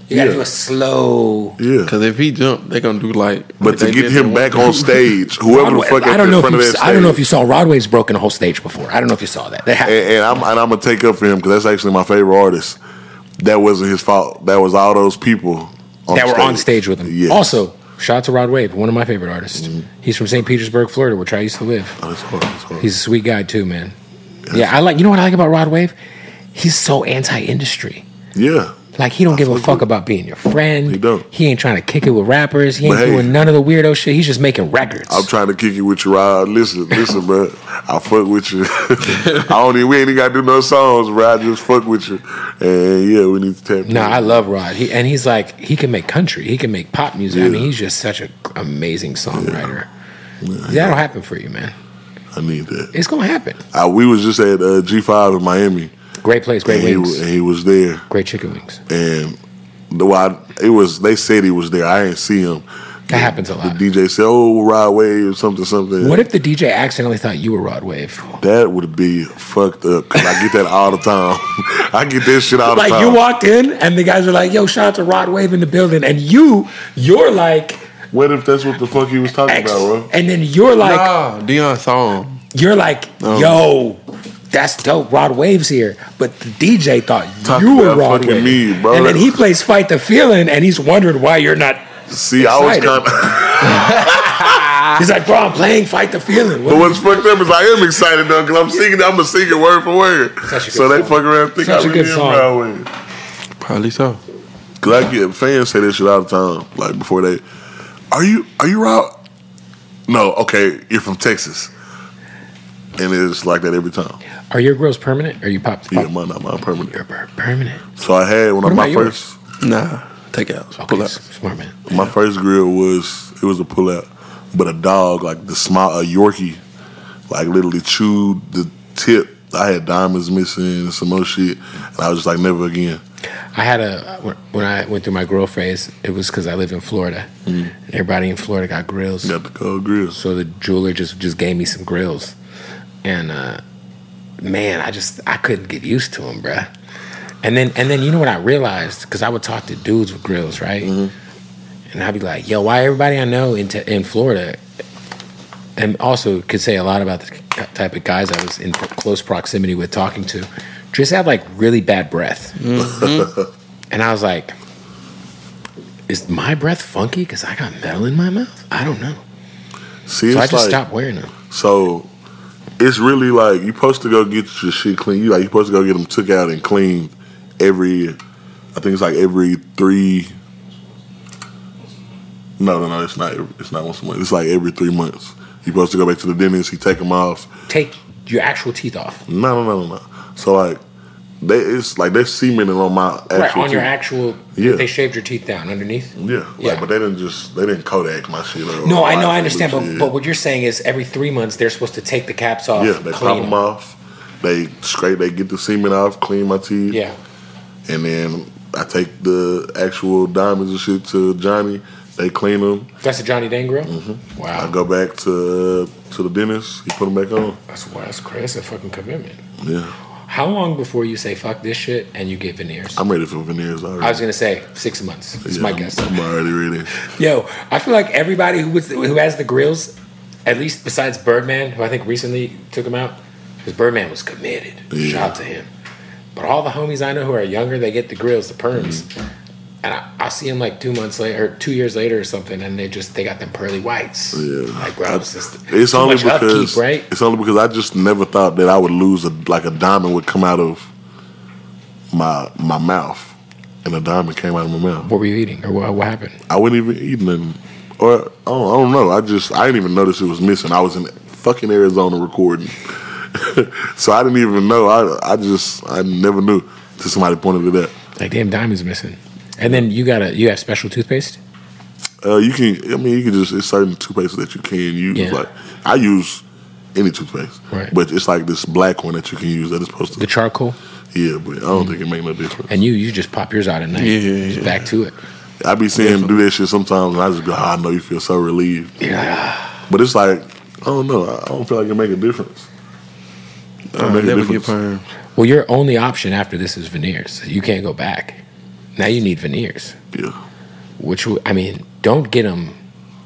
Speaker 4: You got to
Speaker 3: Yeah.
Speaker 4: do a slow.
Speaker 3: yeah.
Speaker 5: Because if he jump, they gonna do like.
Speaker 3: But to
Speaker 5: they
Speaker 3: get
Speaker 5: did
Speaker 3: him
Speaker 5: the
Speaker 3: back
Speaker 5: one-
Speaker 3: on stage, whoever the
Speaker 4: Broadway-
Speaker 3: fuck
Speaker 4: (laughs) I
Speaker 3: at
Speaker 4: don't
Speaker 3: the
Speaker 4: know if
Speaker 3: front
Speaker 4: you,
Speaker 3: of that
Speaker 4: s-
Speaker 3: stage.
Speaker 4: I don't know if you saw Rodway's broken a whole stage before. I don't know if you saw that. That happened.
Speaker 3: and, and I'm and I'm gonna take up for him because that's actually my favorite artist. That wasn't his fault. That was all those people on
Speaker 4: that were on stage with him.
Speaker 3: Yes. Mm-hmm.
Speaker 4: Also, shout out to Rod Wave, one of my favorite artists. He's from St. Petersburg, Florida, which I used to live.
Speaker 3: Oh, that's hard, that's hard.
Speaker 4: He's a sweet guy too, man. Yeah, I like. You know what I like about Rod Wave? He's so anti-industry.
Speaker 3: yeah.
Speaker 4: Like he don't give a
Speaker 3: Absolutely.
Speaker 4: fuck about being your friend.
Speaker 3: He don't.
Speaker 4: He ain't trying to kick it with rappers. He ain't
Speaker 3: But hey-
Speaker 4: doing none of the weirdo shit. He's just making records.
Speaker 3: I'm trying to kick it with you, Rod. Listen, listen, bro. I fuck with you. (laughs) I don't even. We ain't even got to do no songs, bro. I just fuck with you. And yeah, we need to tap.
Speaker 4: No,
Speaker 3: in.
Speaker 4: I love Rod. He, and he's like, he can make country. He can make pop music. I
Speaker 3: Yeah.
Speaker 4: mean, he's just such an amazing songwriter. That'll happen for you, man.
Speaker 3: I need that.
Speaker 4: It's gonna happen.
Speaker 3: I, we was just at uh, G5 in Miami,
Speaker 4: Great place, great
Speaker 3: and he,
Speaker 4: wings,
Speaker 3: wa- and he was there.
Speaker 4: great chicken wings.
Speaker 3: and the why it was they said he was there. I didn't see him.
Speaker 4: That happens a lot.
Speaker 3: The DJ said, "Oh, Rod Wave or something, something."
Speaker 4: What if the DJ accidentally thought you were Rod Wave?
Speaker 3: that would be fucked up? Cause I get that all the time. (laughs) I get this shit all the
Speaker 4: Like
Speaker 3: time.
Speaker 4: you walked in and the guys are like, "Yo, shout out to Rod Wave in the building," and you, you're like,
Speaker 3: what if that's what the fuck he was talking
Speaker 4: X,
Speaker 3: about, bro?
Speaker 4: and then you're like,
Speaker 5: (laughs) Nah, Dion saw him.
Speaker 4: you're like, yo, that's dope. Rod Wave's here, but the DJ thought
Speaker 3: Talk
Speaker 4: you were
Speaker 3: about
Speaker 4: Rod
Speaker 3: fucking
Speaker 4: Wave,
Speaker 3: me, bro.
Speaker 4: and then he plays "Fight the Feeling," and he's wondering why you're not.
Speaker 3: See, I was
Speaker 4: Excited.
Speaker 3: kind of.
Speaker 4: He's like, bro, I'm playing "Fight the Feeling." What
Speaker 3: (laughs) But what's fucked up is I am excited though, cause I'm singing. I'm gonna sing it word for word.
Speaker 4: Such a good
Speaker 3: So they
Speaker 4: song.
Speaker 3: fuck around, and think
Speaker 4: Such a
Speaker 3: I really
Speaker 4: good
Speaker 3: am
Speaker 4: song.
Speaker 3: Rod Wave.
Speaker 5: Probably so.
Speaker 3: Cause I get fans say this shit all the time. Like before they, are you are you out? No, okay, you're from Texas, and it's like that every time.
Speaker 4: are your girls permanent? Or are you pop? pop
Speaker 3: Yeah, mine not mine
Speaker 4: You're
Speaker 3: permanent.
Speaker 4: per- permanent.
Speaker 3: So I had when
Speaker 4: What
Speaker 3: I, my
Speaker 4: about yours?
Speaker 3: first
Speaker 5: Nah, take out.
Speaker 4: Okay,
Speaker 5: Pull out.
Speaker 4: s- smart man.
Speaker 3: my first grill was it was a pullout, but a dog like the small a Yorkie, like literally chewed the tip. I had diamonds missing and some other shit, and I was just like never again.
Speaker 4: I had a when- when I went through my grill phase, it was because I live in Florida, and everybody in Florida got grills.
Speaker 3: Got the cold grill.
Speaker 4: So the jeweler just just gave me some grills, and uh, man, I just I couldn't get used to them, bruh. And then and then you know what I realized because I would talk to dudes with grills, right? And I'd be like, "Yo, why everybody I know in te- in Florida?" And also could say a lot about the c- type of guys I was in pro- close proximity with talking to. Just had like really bad breath, and I was like, "Is my breath funky? Because I got metal in my mouth? I don't know."
Speaker 3: See,
Speaker 4: So I
Speaker 3: it's
Speaker 4: just
Speaker 3: like,
Speaker 4: stopped wearing them.
Speaker 3: So it's really like you supposed to go get your shit clean. You like you supposed to go get them took out and cleaned every. I think it's like every three. No, no, no. It's not. every- It's not once a month. It's like every three months. You supposed to go back to the dentist. He take them off.
Speaker 4: Take your actual teeth off.
Speaker 3: No, no, no, no, no. So like, they it's like they're cementing on my actual.
Speaker 4: right, on your
Speaker 3: tooth.
Speaker 4: actual.
Speaker 3: Yeah.
Speaker 4: They shaved your teeth down underneath.
Speaker 3: Yeah, like,
Speaker 4: Yeah.
Speaker 3: but they didn't just they didn't Kodak my shit. Or
Speaker 4: No, I know,
Speaker 3: or
Speaker 4: I understand, but,
Speaker 3: shit.
Speaker 4: but what you're saying is every three months they're supposed to take the caps off.
Speaker 3: yeah, they pop
Speaker 4: clean
Speaker 3: them off. They scrape. They get the semen off. Clean my teeth.
Speaker 4: Yeah,
Speaker 3: And then I take the actual diamonds and shit to Johnny. They clean them.
Speaker 4: that's a Johnny Dane grill.
Speaker 3: Mm-hmm. I
Speaker 4: Wow,
Speaker 3: go back to uh, to the dentist. He put them back on.
Speaker 4: that's wow, that's crazy. That's a fucking commitment.
Speaker 3: Yeah,
Speaker 4: How long before you say fuck this shit and you get veneers? i
Speaker 3: I'm ready for veneers already.
Speaker 4: was gonna say six months. It's
Speaker 3: Yeah,
Speaker 4: my
Speaker 3: I'm-
Speaker 4: guess.
Speaker 3: I'm already ready.
Speaker 4: Yo, I feel like everybody who was who has the grills, at least besides Birdman, who I think recently took him out, because Birdman was committed.
Speaker 3: Yeah.
Speaker 4: Shout out to him. But all the homies I know who are younger, they get the grills, the perms, and I, I see them like two months later, or two years later, or something, and they just they got them pearly whites. (laughs)
Speaker 3: Yeah.
Speaker 4: like bro, it's just
Speaker 3: It's
Speaker 4: too
Speaker 3: only
Speaker 4: much
Speaker 3: because
Speaker 4: upkeep, right?
Speaker 3: it's only because I just never thought that I would lose a like a diamond would come out of my my mouth, and a diamond came out of my mouth.
Speaker 4: What were you eating, or what, what happened?
Speaker 3: I wouldn't even eat nothing, or I don't, I don't know. I just I didn't even notice it was missing. I was in fucking Arizona recording, (laughs) so I didn't even know. I I just I never knew till somebody pointed it out.
Speaker 4: Like damn, diamonds missing. And then you got to you have special toothpaste.
Speaker 3: Uh, you can I mean you can just it's certain toothpaste that you can use.
Speaker 4: Yeah.
Speaker 3: Like I use any toothpaste,
Speaker 4: Right.
Speaker 3: but it's like this black one that you can use that is supposed to.
Speaker 4: The charcoal,
Speaker 3: Yeah, but I don't think it make no difference.
Speaker 4: and you you just pop yours out at night.
Speaker 5: Yeah, yeah,
Speaker 4: Just
Speaker 5: yeah.
Speaker 4: back to it.
Speaker 3: "Oh, I be seeing him do that shit sometimes, and I just go, "Ah, I know you feel so relieved.
Speaker 4: Yeah.
Speaker 3: But it's like I don't know. I I don't feel like it make a difference. I
Speaker 5: I
Speaker 3: make a
Speaker 5: never get
Speaker 3: difference.
Speaker 5: perm.
Speaker 4: Well, your only option after this is veneers. You can't go back. Now you need veneers,
Speaker 3: Yeah.
Speaker 4: which w- I mean, don't get them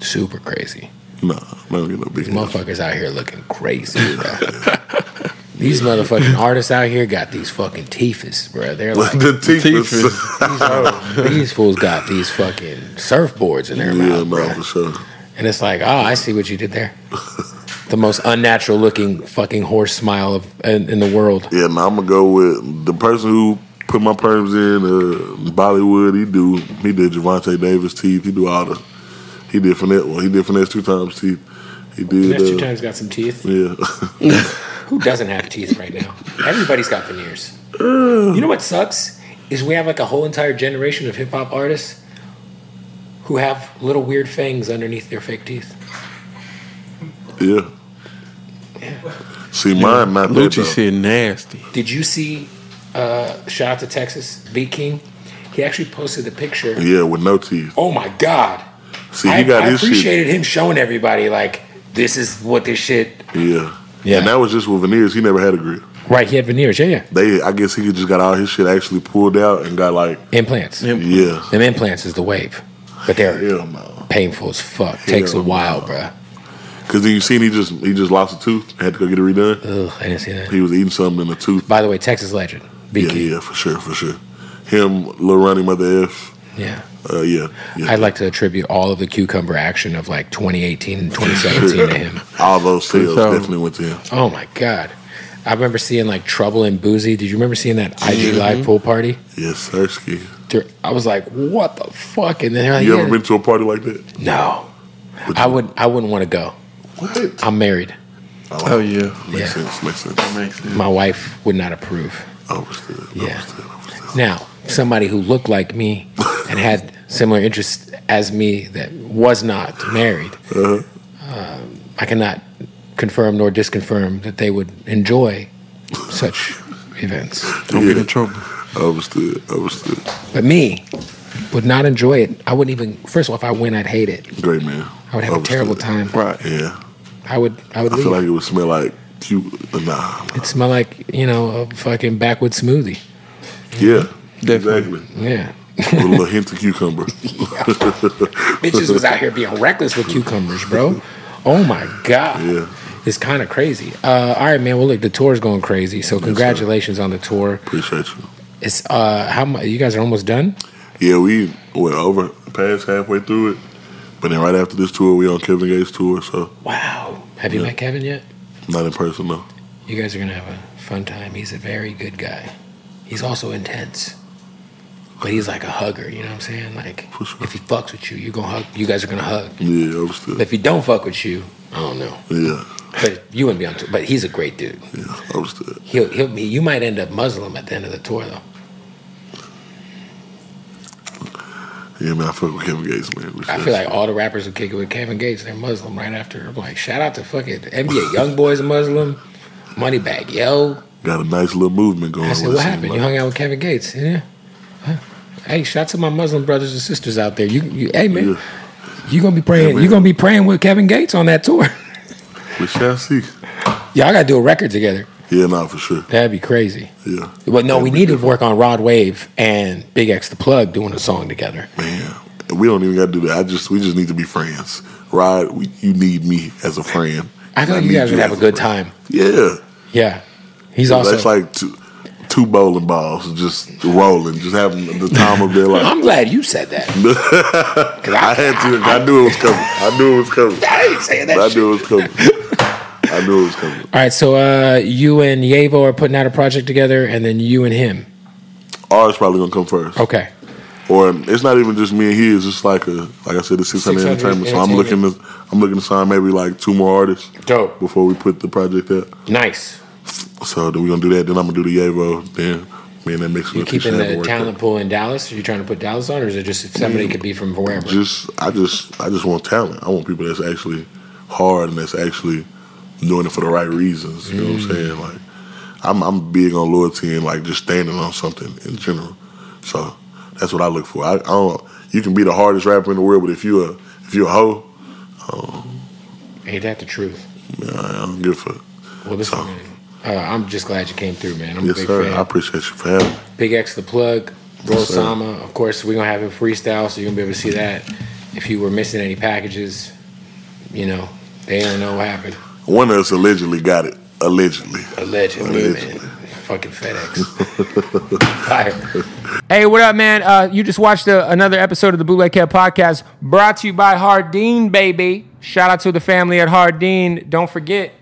Speaker 4: super crazy.
Speaker 3: Nah, I don't get no big head. (laughs)
Speaker 4: Motherfuckers out here looking crazy, bro. (laughs) These motherfucking artists out here got these fucking teethus, bro. They're like,
Speaker 3: the teeth,
Speaker 5: teeth
Speaker 3: is-
Speaker 5: (laughs)
Speaker 4: these fools got these fucking surfboards in
Speaker 3: (laughs)
Speaker 4: their
Speaker 3: yeah,
Speaker 4: mouth,
Speaker 3: no,
Speaker 4: bro.
Speaker 3: for sure.
Speaker 4: And it's like, oh, I see what you did
Speaker 3: (laughs)
Speaker 4: there. The most unnatural looking fucking horse smile of, in, in the world.
Speaker 3: Yeah, no, I'm gonna go with the person who put my perms in uh, Bollywood. He do, he did Javante Davis teeth. He do all the, he did finesse. Well, he did finesse two times teeth. He did.
Speaker 4: Next two
Speaker 3: uh,
Speaker 4: times got some teeth.
Speaker 3: Yeah,
Speaker 4: Who doesn't have teeth right now? Everybody's got veneers. You know what sucks is we have like a whole entire generation of hip hop artists who have little weird fangs underneath their fake teeth.
Speaker 3: yeah. (laughs) See, mine not that.
Speaker 5: Lucci
Speaker 3: though.
Speaker 5: said nasty.
Speaker 4: Did you see? Uh, shout out to Texas Beat King. He actually posted the picture.
Speaker 3: Yeah, with no teeth.
Speaker 4: Oh my god!
Speaker 3: See,
Speaker 4: I,
Speaker 3: he got
Speaker 4: I
Speaker 3: his shit.
Speaker 4: appreciated him showing everybody like this is what this shit.
Speaker 3: Yeah.
Speaker 4: Yeah.
Speaker 3: And that was just with veneers. He never had a grip.
Speaker 4: Right, he had veneers. Yeah, yeah.
Speaker 3: They, I guess he just got all his shit actually pulled out and got like,
Speaker 4: Implants.
Speaker 3: yeah,
Speaker 4: Them implants is the wave, but they're
Speaker 3: hell no.
Speaker 4: painful as fuck. Takes a
Speaker 3: Hell
Speaker 4: while,
Speaker 3: no.
Speaker 4: bruh.
Speaker 3: Cause then you seen he just he just lost a tooth, had to go get it redone.
Speaker 4: Ugh, I didn't see that.
Speaker 3: He was eating something in a tooth.
Speaker 4: By the way, Texas legend.
Speaker 3: Yeah,
Speaker 4: BK.
Speaker 3: yeah, for sure, for sure. Him, Lil Runny, Mother F.
Speaker 4: Yeah.
Speaker 3: Uh, yeah, yeah.
Speaker 4: I'd like to attribute all of the cucumber action of like 2018 and 2017 to
Speaker 3: (laughs)
Speaker 4: him.
Speaker 3: All those sales
Speaker 5: So-
Speaker 3: definitely went to him.
Speaker 4: Oh my God. I remember seeing like Trouble and Boozy. Did you remember seeing that
Speaker 3: Mm-hmm.
Speaker 4: IG Live pool party?
Speaker 3: Yes, Sersky.
Speaker 4: There- I was like, what the fuck? And then they're like,
Speaker 3: You
Speaker 4: Uh, yeah.
Speaker 3: ever been to a party like that?
Speaker 4: No. I, would, I wouldn't want to go.
Speaker 3: What?
Speaker 4: I'm married.
Speaker 5: Oh yeah,
Speaker 3: Makes
Speaker 4: Yeah.
Speaker 3: sense, makes sense.
Speaker 5: makes sense.
Speaker 4: My wife would not approve.
Speaker 3: Overstood,
Speaker 4: Yeah.
Speaker 3: overstood, overstood.
Speaker 4: Now, somebody who looked like me and had similar interests as me that was not married,
Speaker 3: Uh-huh.
Speaker 4: I cannot confirm nor disconfirm that they would enjoy
Speaker 3: (laughs)
Speaker 4: such events.
Speaker 5: Don't get
Speaker 3: Yeah.
Speaker 5: in trouble.
Speaker 3: Overstood, overstood.
Speaker 4: But me would not enjoy it. I wouldn't even. First of all, if I went, I'd hate it.
Speaker 3: Great man.
Speaker 4: I would have a
Speaker 3: Overstood.
Speaker 4: terrible time.
Speaker 5: Right.
Speaker 3: Yeah.
Speaker 4: I would. I would
Speaker 3: I
Speaker 4: leave.
Speaker 3: feel like it would smell like cute. Nah, nah.
Speaker 4: It'd smell like you know a fucking backwood smoothie.
Speaker 3: Yeah.
Speaker 5: Definitely.
Speaker 3: Exactly.
Speaker 4: Yeah.
Speaker 3: With
Speaker 4: (laughs)
Speaker 3: a little hint of cucumber.
Speaker 4: Bitches was out here being reckless with cucumbers, bro. Oh my god.
Speaker 3: Yeah.
Speaker 4: It's kind of crazy. Uh, all right, man. Well, look, the tour's going crazy. So congratulations on the tour.
Speaker 3: Appreciate you.
Speaker 4: It's uh, how much? You guys are almost done.
Speaker 3: Yeah, we went over past halfway through it. But then right after this tour, we on Kevin Gates tour, so
Speaker 4: Wow. Have you
Speaker 3: Yeah.
Speaker 4: met Kevin yet?
Speaker 3: not in person though.
Speaker 4: You guys are gonna have a fun time. He's a very good guy. He's also intense, but he's like a hugger. You know what I'm saying? Like,
Speaker 3: For sure.
Speaker 4: if he fucks with you, you're gonna hug. You guys are gonna hug.
Speaker 3: Yeah,
Speaker 4: But
Speaker 3: overstood.
Speaker 4: if he don't fuck with you, I don't know.
Speaker 3: Yeah,
Speaker 4: But you wouldn't be on tour. But he's a great dude.
Speaker 3: yeah, overstood.
Speaker 4: He'll he'll be. You might end up Muslim at the end of the tour though.
Speaker 3: Yeah, man, I fuck with Kevin Gates, man.
Speaker 4: I feel like all the rappers who kick it with Kevin Gates, they're Muslim right after. I'm like, shout out to fucking NBA Young Boys Muslim, Moneybag Yo.
Speaker 3: got a nice little movement going.
Speaker 4: I said,
Speaker 3: with
Speaker 4: what
Speaker 3: it,
Speaker 4: happened?
Speaker 3: like-
Speaker 4: You hung out with Kevin Gates? Yeah. Huh. Hey, shout out to my Muslim brothers and sisters out there. You, you hey man,
Speaker 3: Yeah.
Speaker 4: you gonna be praying.
Speaker 3: man.
Speaker 4: you gonna be praying with Kevin Gates on that tour. (laughs)
Speaker 3: We shall see.
Speaker 4: Y'all gotta do a record together.
Speaker 3: Yeah, nah, for sure.
Speaker 4: That'd be crazy.
Speaker 3: Yeah.
Speaker 4: But no,
Speaker 3: That'd
Speaker 4: we
Speaker 3: be
Speaker 4: need to
Speaker 3: different.
Speaker 4: work on Rod Wave and Big X the Plug doing a song together.
Speaker 3: Man, we don't even got to do that. I just, we just need to be friends. Rod, we, you need me as a friend.
Speaker 4: I feel like you
Speaker 3: need
Speaker 4: guys would have a
Speaker 3: as
Speaker 4: good
Speaker 3: friend.
Speaker 4: time.
Speaker 3: Yeah,
Speaker 4: Yeah, he's also.
Speaker 3: that's like two, two bowling balls just rolling, just having the time of their
Speaker 4: (laughs)
Speaker 3: life. (laughs)
Speaker 4: I'm glad you said that.
Speaker 3: I had to. I knew it was coming. I knew it was coming.
Speaker 4: I ain't saying that.
Speaker 3: I
Speaker 4: shit.
Speaker 3: knew it was coming. I knew it was coming.
Speaker 4: All right, so uh, you and Yevo are putting out a project together, and then you and him.
Speaker 3: Ours probably gonna come first.
Speaker 4: Okay.
Speaker 3: or it's not even just me and he. It's just like a like I said, it's six hundred
Speaker 4: 600
Speaker 3: entertainment. So I'm looking
Speaker 4: Entertainment.
Speaker 3: to I'm looking to sign maybe like two more artists
Speaker 4: Dope.
Speaker 3: before we put the project out.
Speaker 4: Nice.
Speaker 3: So then we're gonna do that. Then I'm gonna do the Yavo. Then me and that mix
Speaker 4: You
Speaker 3: with Keisha
Speaker 4: keeping
Speaker 3: have to
Speaker 4: the
Speaker 3: work
Speaker 4: talent
Speaker 3: out.
Speaker 4: pool in Dallas? Are you trying to put Dallas on, or is it just if somebody could be from wherever?
Speaker 3: Just I just I just want talent. I want people that's actually hard and that's actually doing it for the right reasons. You know what I'm
Speaker 4: Mm.
Speaker 3: saying? Like I'm I'm big on loyalty and like just standing on something in general. So that's what I look for. I, I don't. You can be the hardest rapper in the world, but if you're a, if you're a hoe,
Speaker 4: Ain't that the truth?
Speaker 3: Man, I don't give a fuck.
Speaker 4: Well, listen,
Speaker 3: So-
Speaker 4: man, uh, I'm just glad you came through, man. I'm a
Speaker 3: Yes,
Speaker 4: big
Speaker 3: sir.
Speaker 4: fan.
Speaker 3: I appreciate you for having me.
Speaker 4: Big X the plug, Roll
Speaker 3: Yes, sir.
Speaker 4: Sama. Of course, we're gonna have it freestyle, so you're gonna be able to see that. If you were missing any packages, you know, they don't know what happened.
Speaker 3: One of us allegedly got it. Allegedly.
Speaker 4: Allegedly,
Speaker 3: Allegedly.
Speaker 4: man. Fucking FedEx. (laughs) Fire. Hey, what up, man? Uh, you just watched a, another episode of the Bootleg Cat Podcast brought to you by Hardeen, baby. Shout out to the family at Hardeen. Don't forget,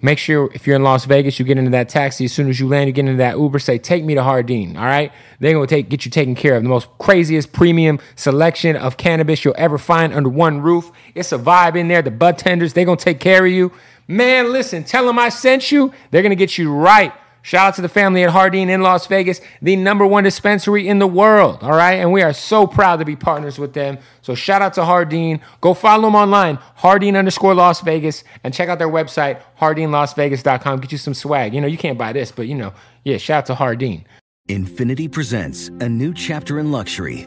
Speaker 4: make sure if you're in Las Vegas, you get into that taxi. As soon as you land, you get into that Uber, say, take me to Hardeen, all right? They're going to take get you taken care of. The most craziest premium selection of cannabis you'll ever find under one roof. It's a vibe in there. The butt tenders, they're going to take care of you. Man, listen, tell them I sent you. They're going to get you right. Shout out to the family at Hardeen in Las Vegas, the number one dispensary in the world. All right. And we are so proud to be partners with them. So shout out to Hardeen. Go follow them online, Hardeen underscore Las Vegas, and check out their website, HardeenLasVegas.com. Get you some swag. You know, you can't buy this, but you know, yeah, shout out to Hardeen.
Speaker 2: Infinity presents a new chapter in luxury,